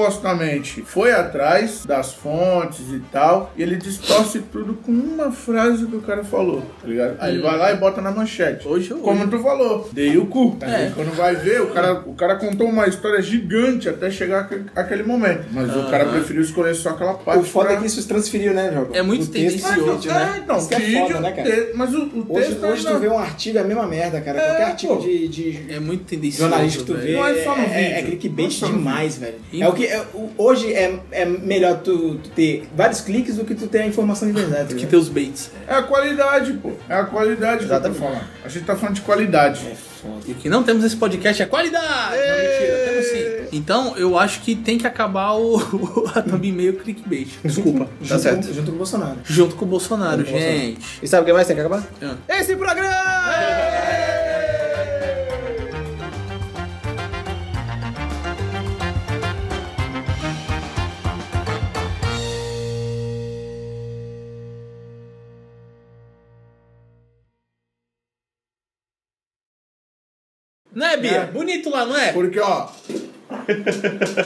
G: supostamente foi atrás das fontes e tal. E ele distorce tudo com uma frase que o cara falou, tá ligado? Aí ele vai lá e bota na manchete.
C: Hoje eu-
G: Como tu falou, dei o cu. Tá?
C: É.
G: E Quando vai ver, o cara, o cara contou uma história gigante até chegar aque- aquele momento. Mas o cara preferiu escolher só aquela parte.
D: O foda
G: pra-
D: é que isso se transferiu, né, Jogo?
C: É muito
D: O texto
G: Mas
C: esse
G: o-
D: pro
C: tendencioso,
D: vídeo, né?
G: é, não,
D: isso que é
G: vídeo,
D: foda, né, cara?
G: te- mas o, o
D: Hoje,
G: texto
D: hoje tu
G: ainda-
D: vê um artigo, é a mesma merda, cara. Qualquer artigo
G: pô.
D: de, de
C: É muito tendencioso.
D: jornalista que tu
C: velho.
D: vê.
G: Não é só no
D: É, é
G: vídeo.
D: clickbait
G: Não é só no
D: demais, velho. É o que, é- o- hoje é, é melhor tu, tu ter vários cliques do que tu ter a informação de verdade.
C: Que
D: né?
C: tem os baits.
G: É a qualidade, pô. É a qualidade
D: Exatamente.
G: que eu tô falando. A gente tá falando de qualidade.
C: E o que não temos nesse podcast é qualidade! Não, mentira, temos sim. Então, eu acho que tem que acabar o, a thumb meio clickbait. Desculpa.
B: Tá certo.
D: Junto, junto com o Bolsonaro.
C: Junto com o Bolsonaro, gente.
B: E sabe o que mais tem que acabar?
C: Ah.
B: Esse programa!
C: Não é, Bia?
G: É.
C: Bonito lá, não é?
G: Porque, ó.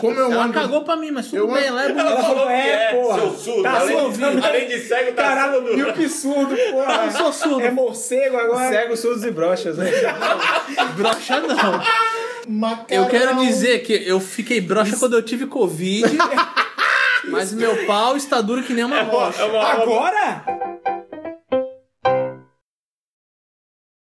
G: Como eu
C: Ela
G: ando.
C: cagou pra mim, mas tudo
G: Eu
C: bem,
G: ando-
C: ela é
E: Ela
C: bonita.
E: falou que é,
D: porra.
E: seu surdo.
D: Tá
E: além, de,
D: surdo.
E: além de cego, tá
D: Caralho,
E: surdo.
D: e o absurdo, porra.
C: Eu sou Tá surdo.
D: É morcego agora.
B: Cego, surdos e brochas, né?
C: Broxa não. Eu quero
G: um
C: dizer que eu fiquei broxa quando eu tive Covid. Mas meu pau está duro que nem É uma rocha.
D: Agora?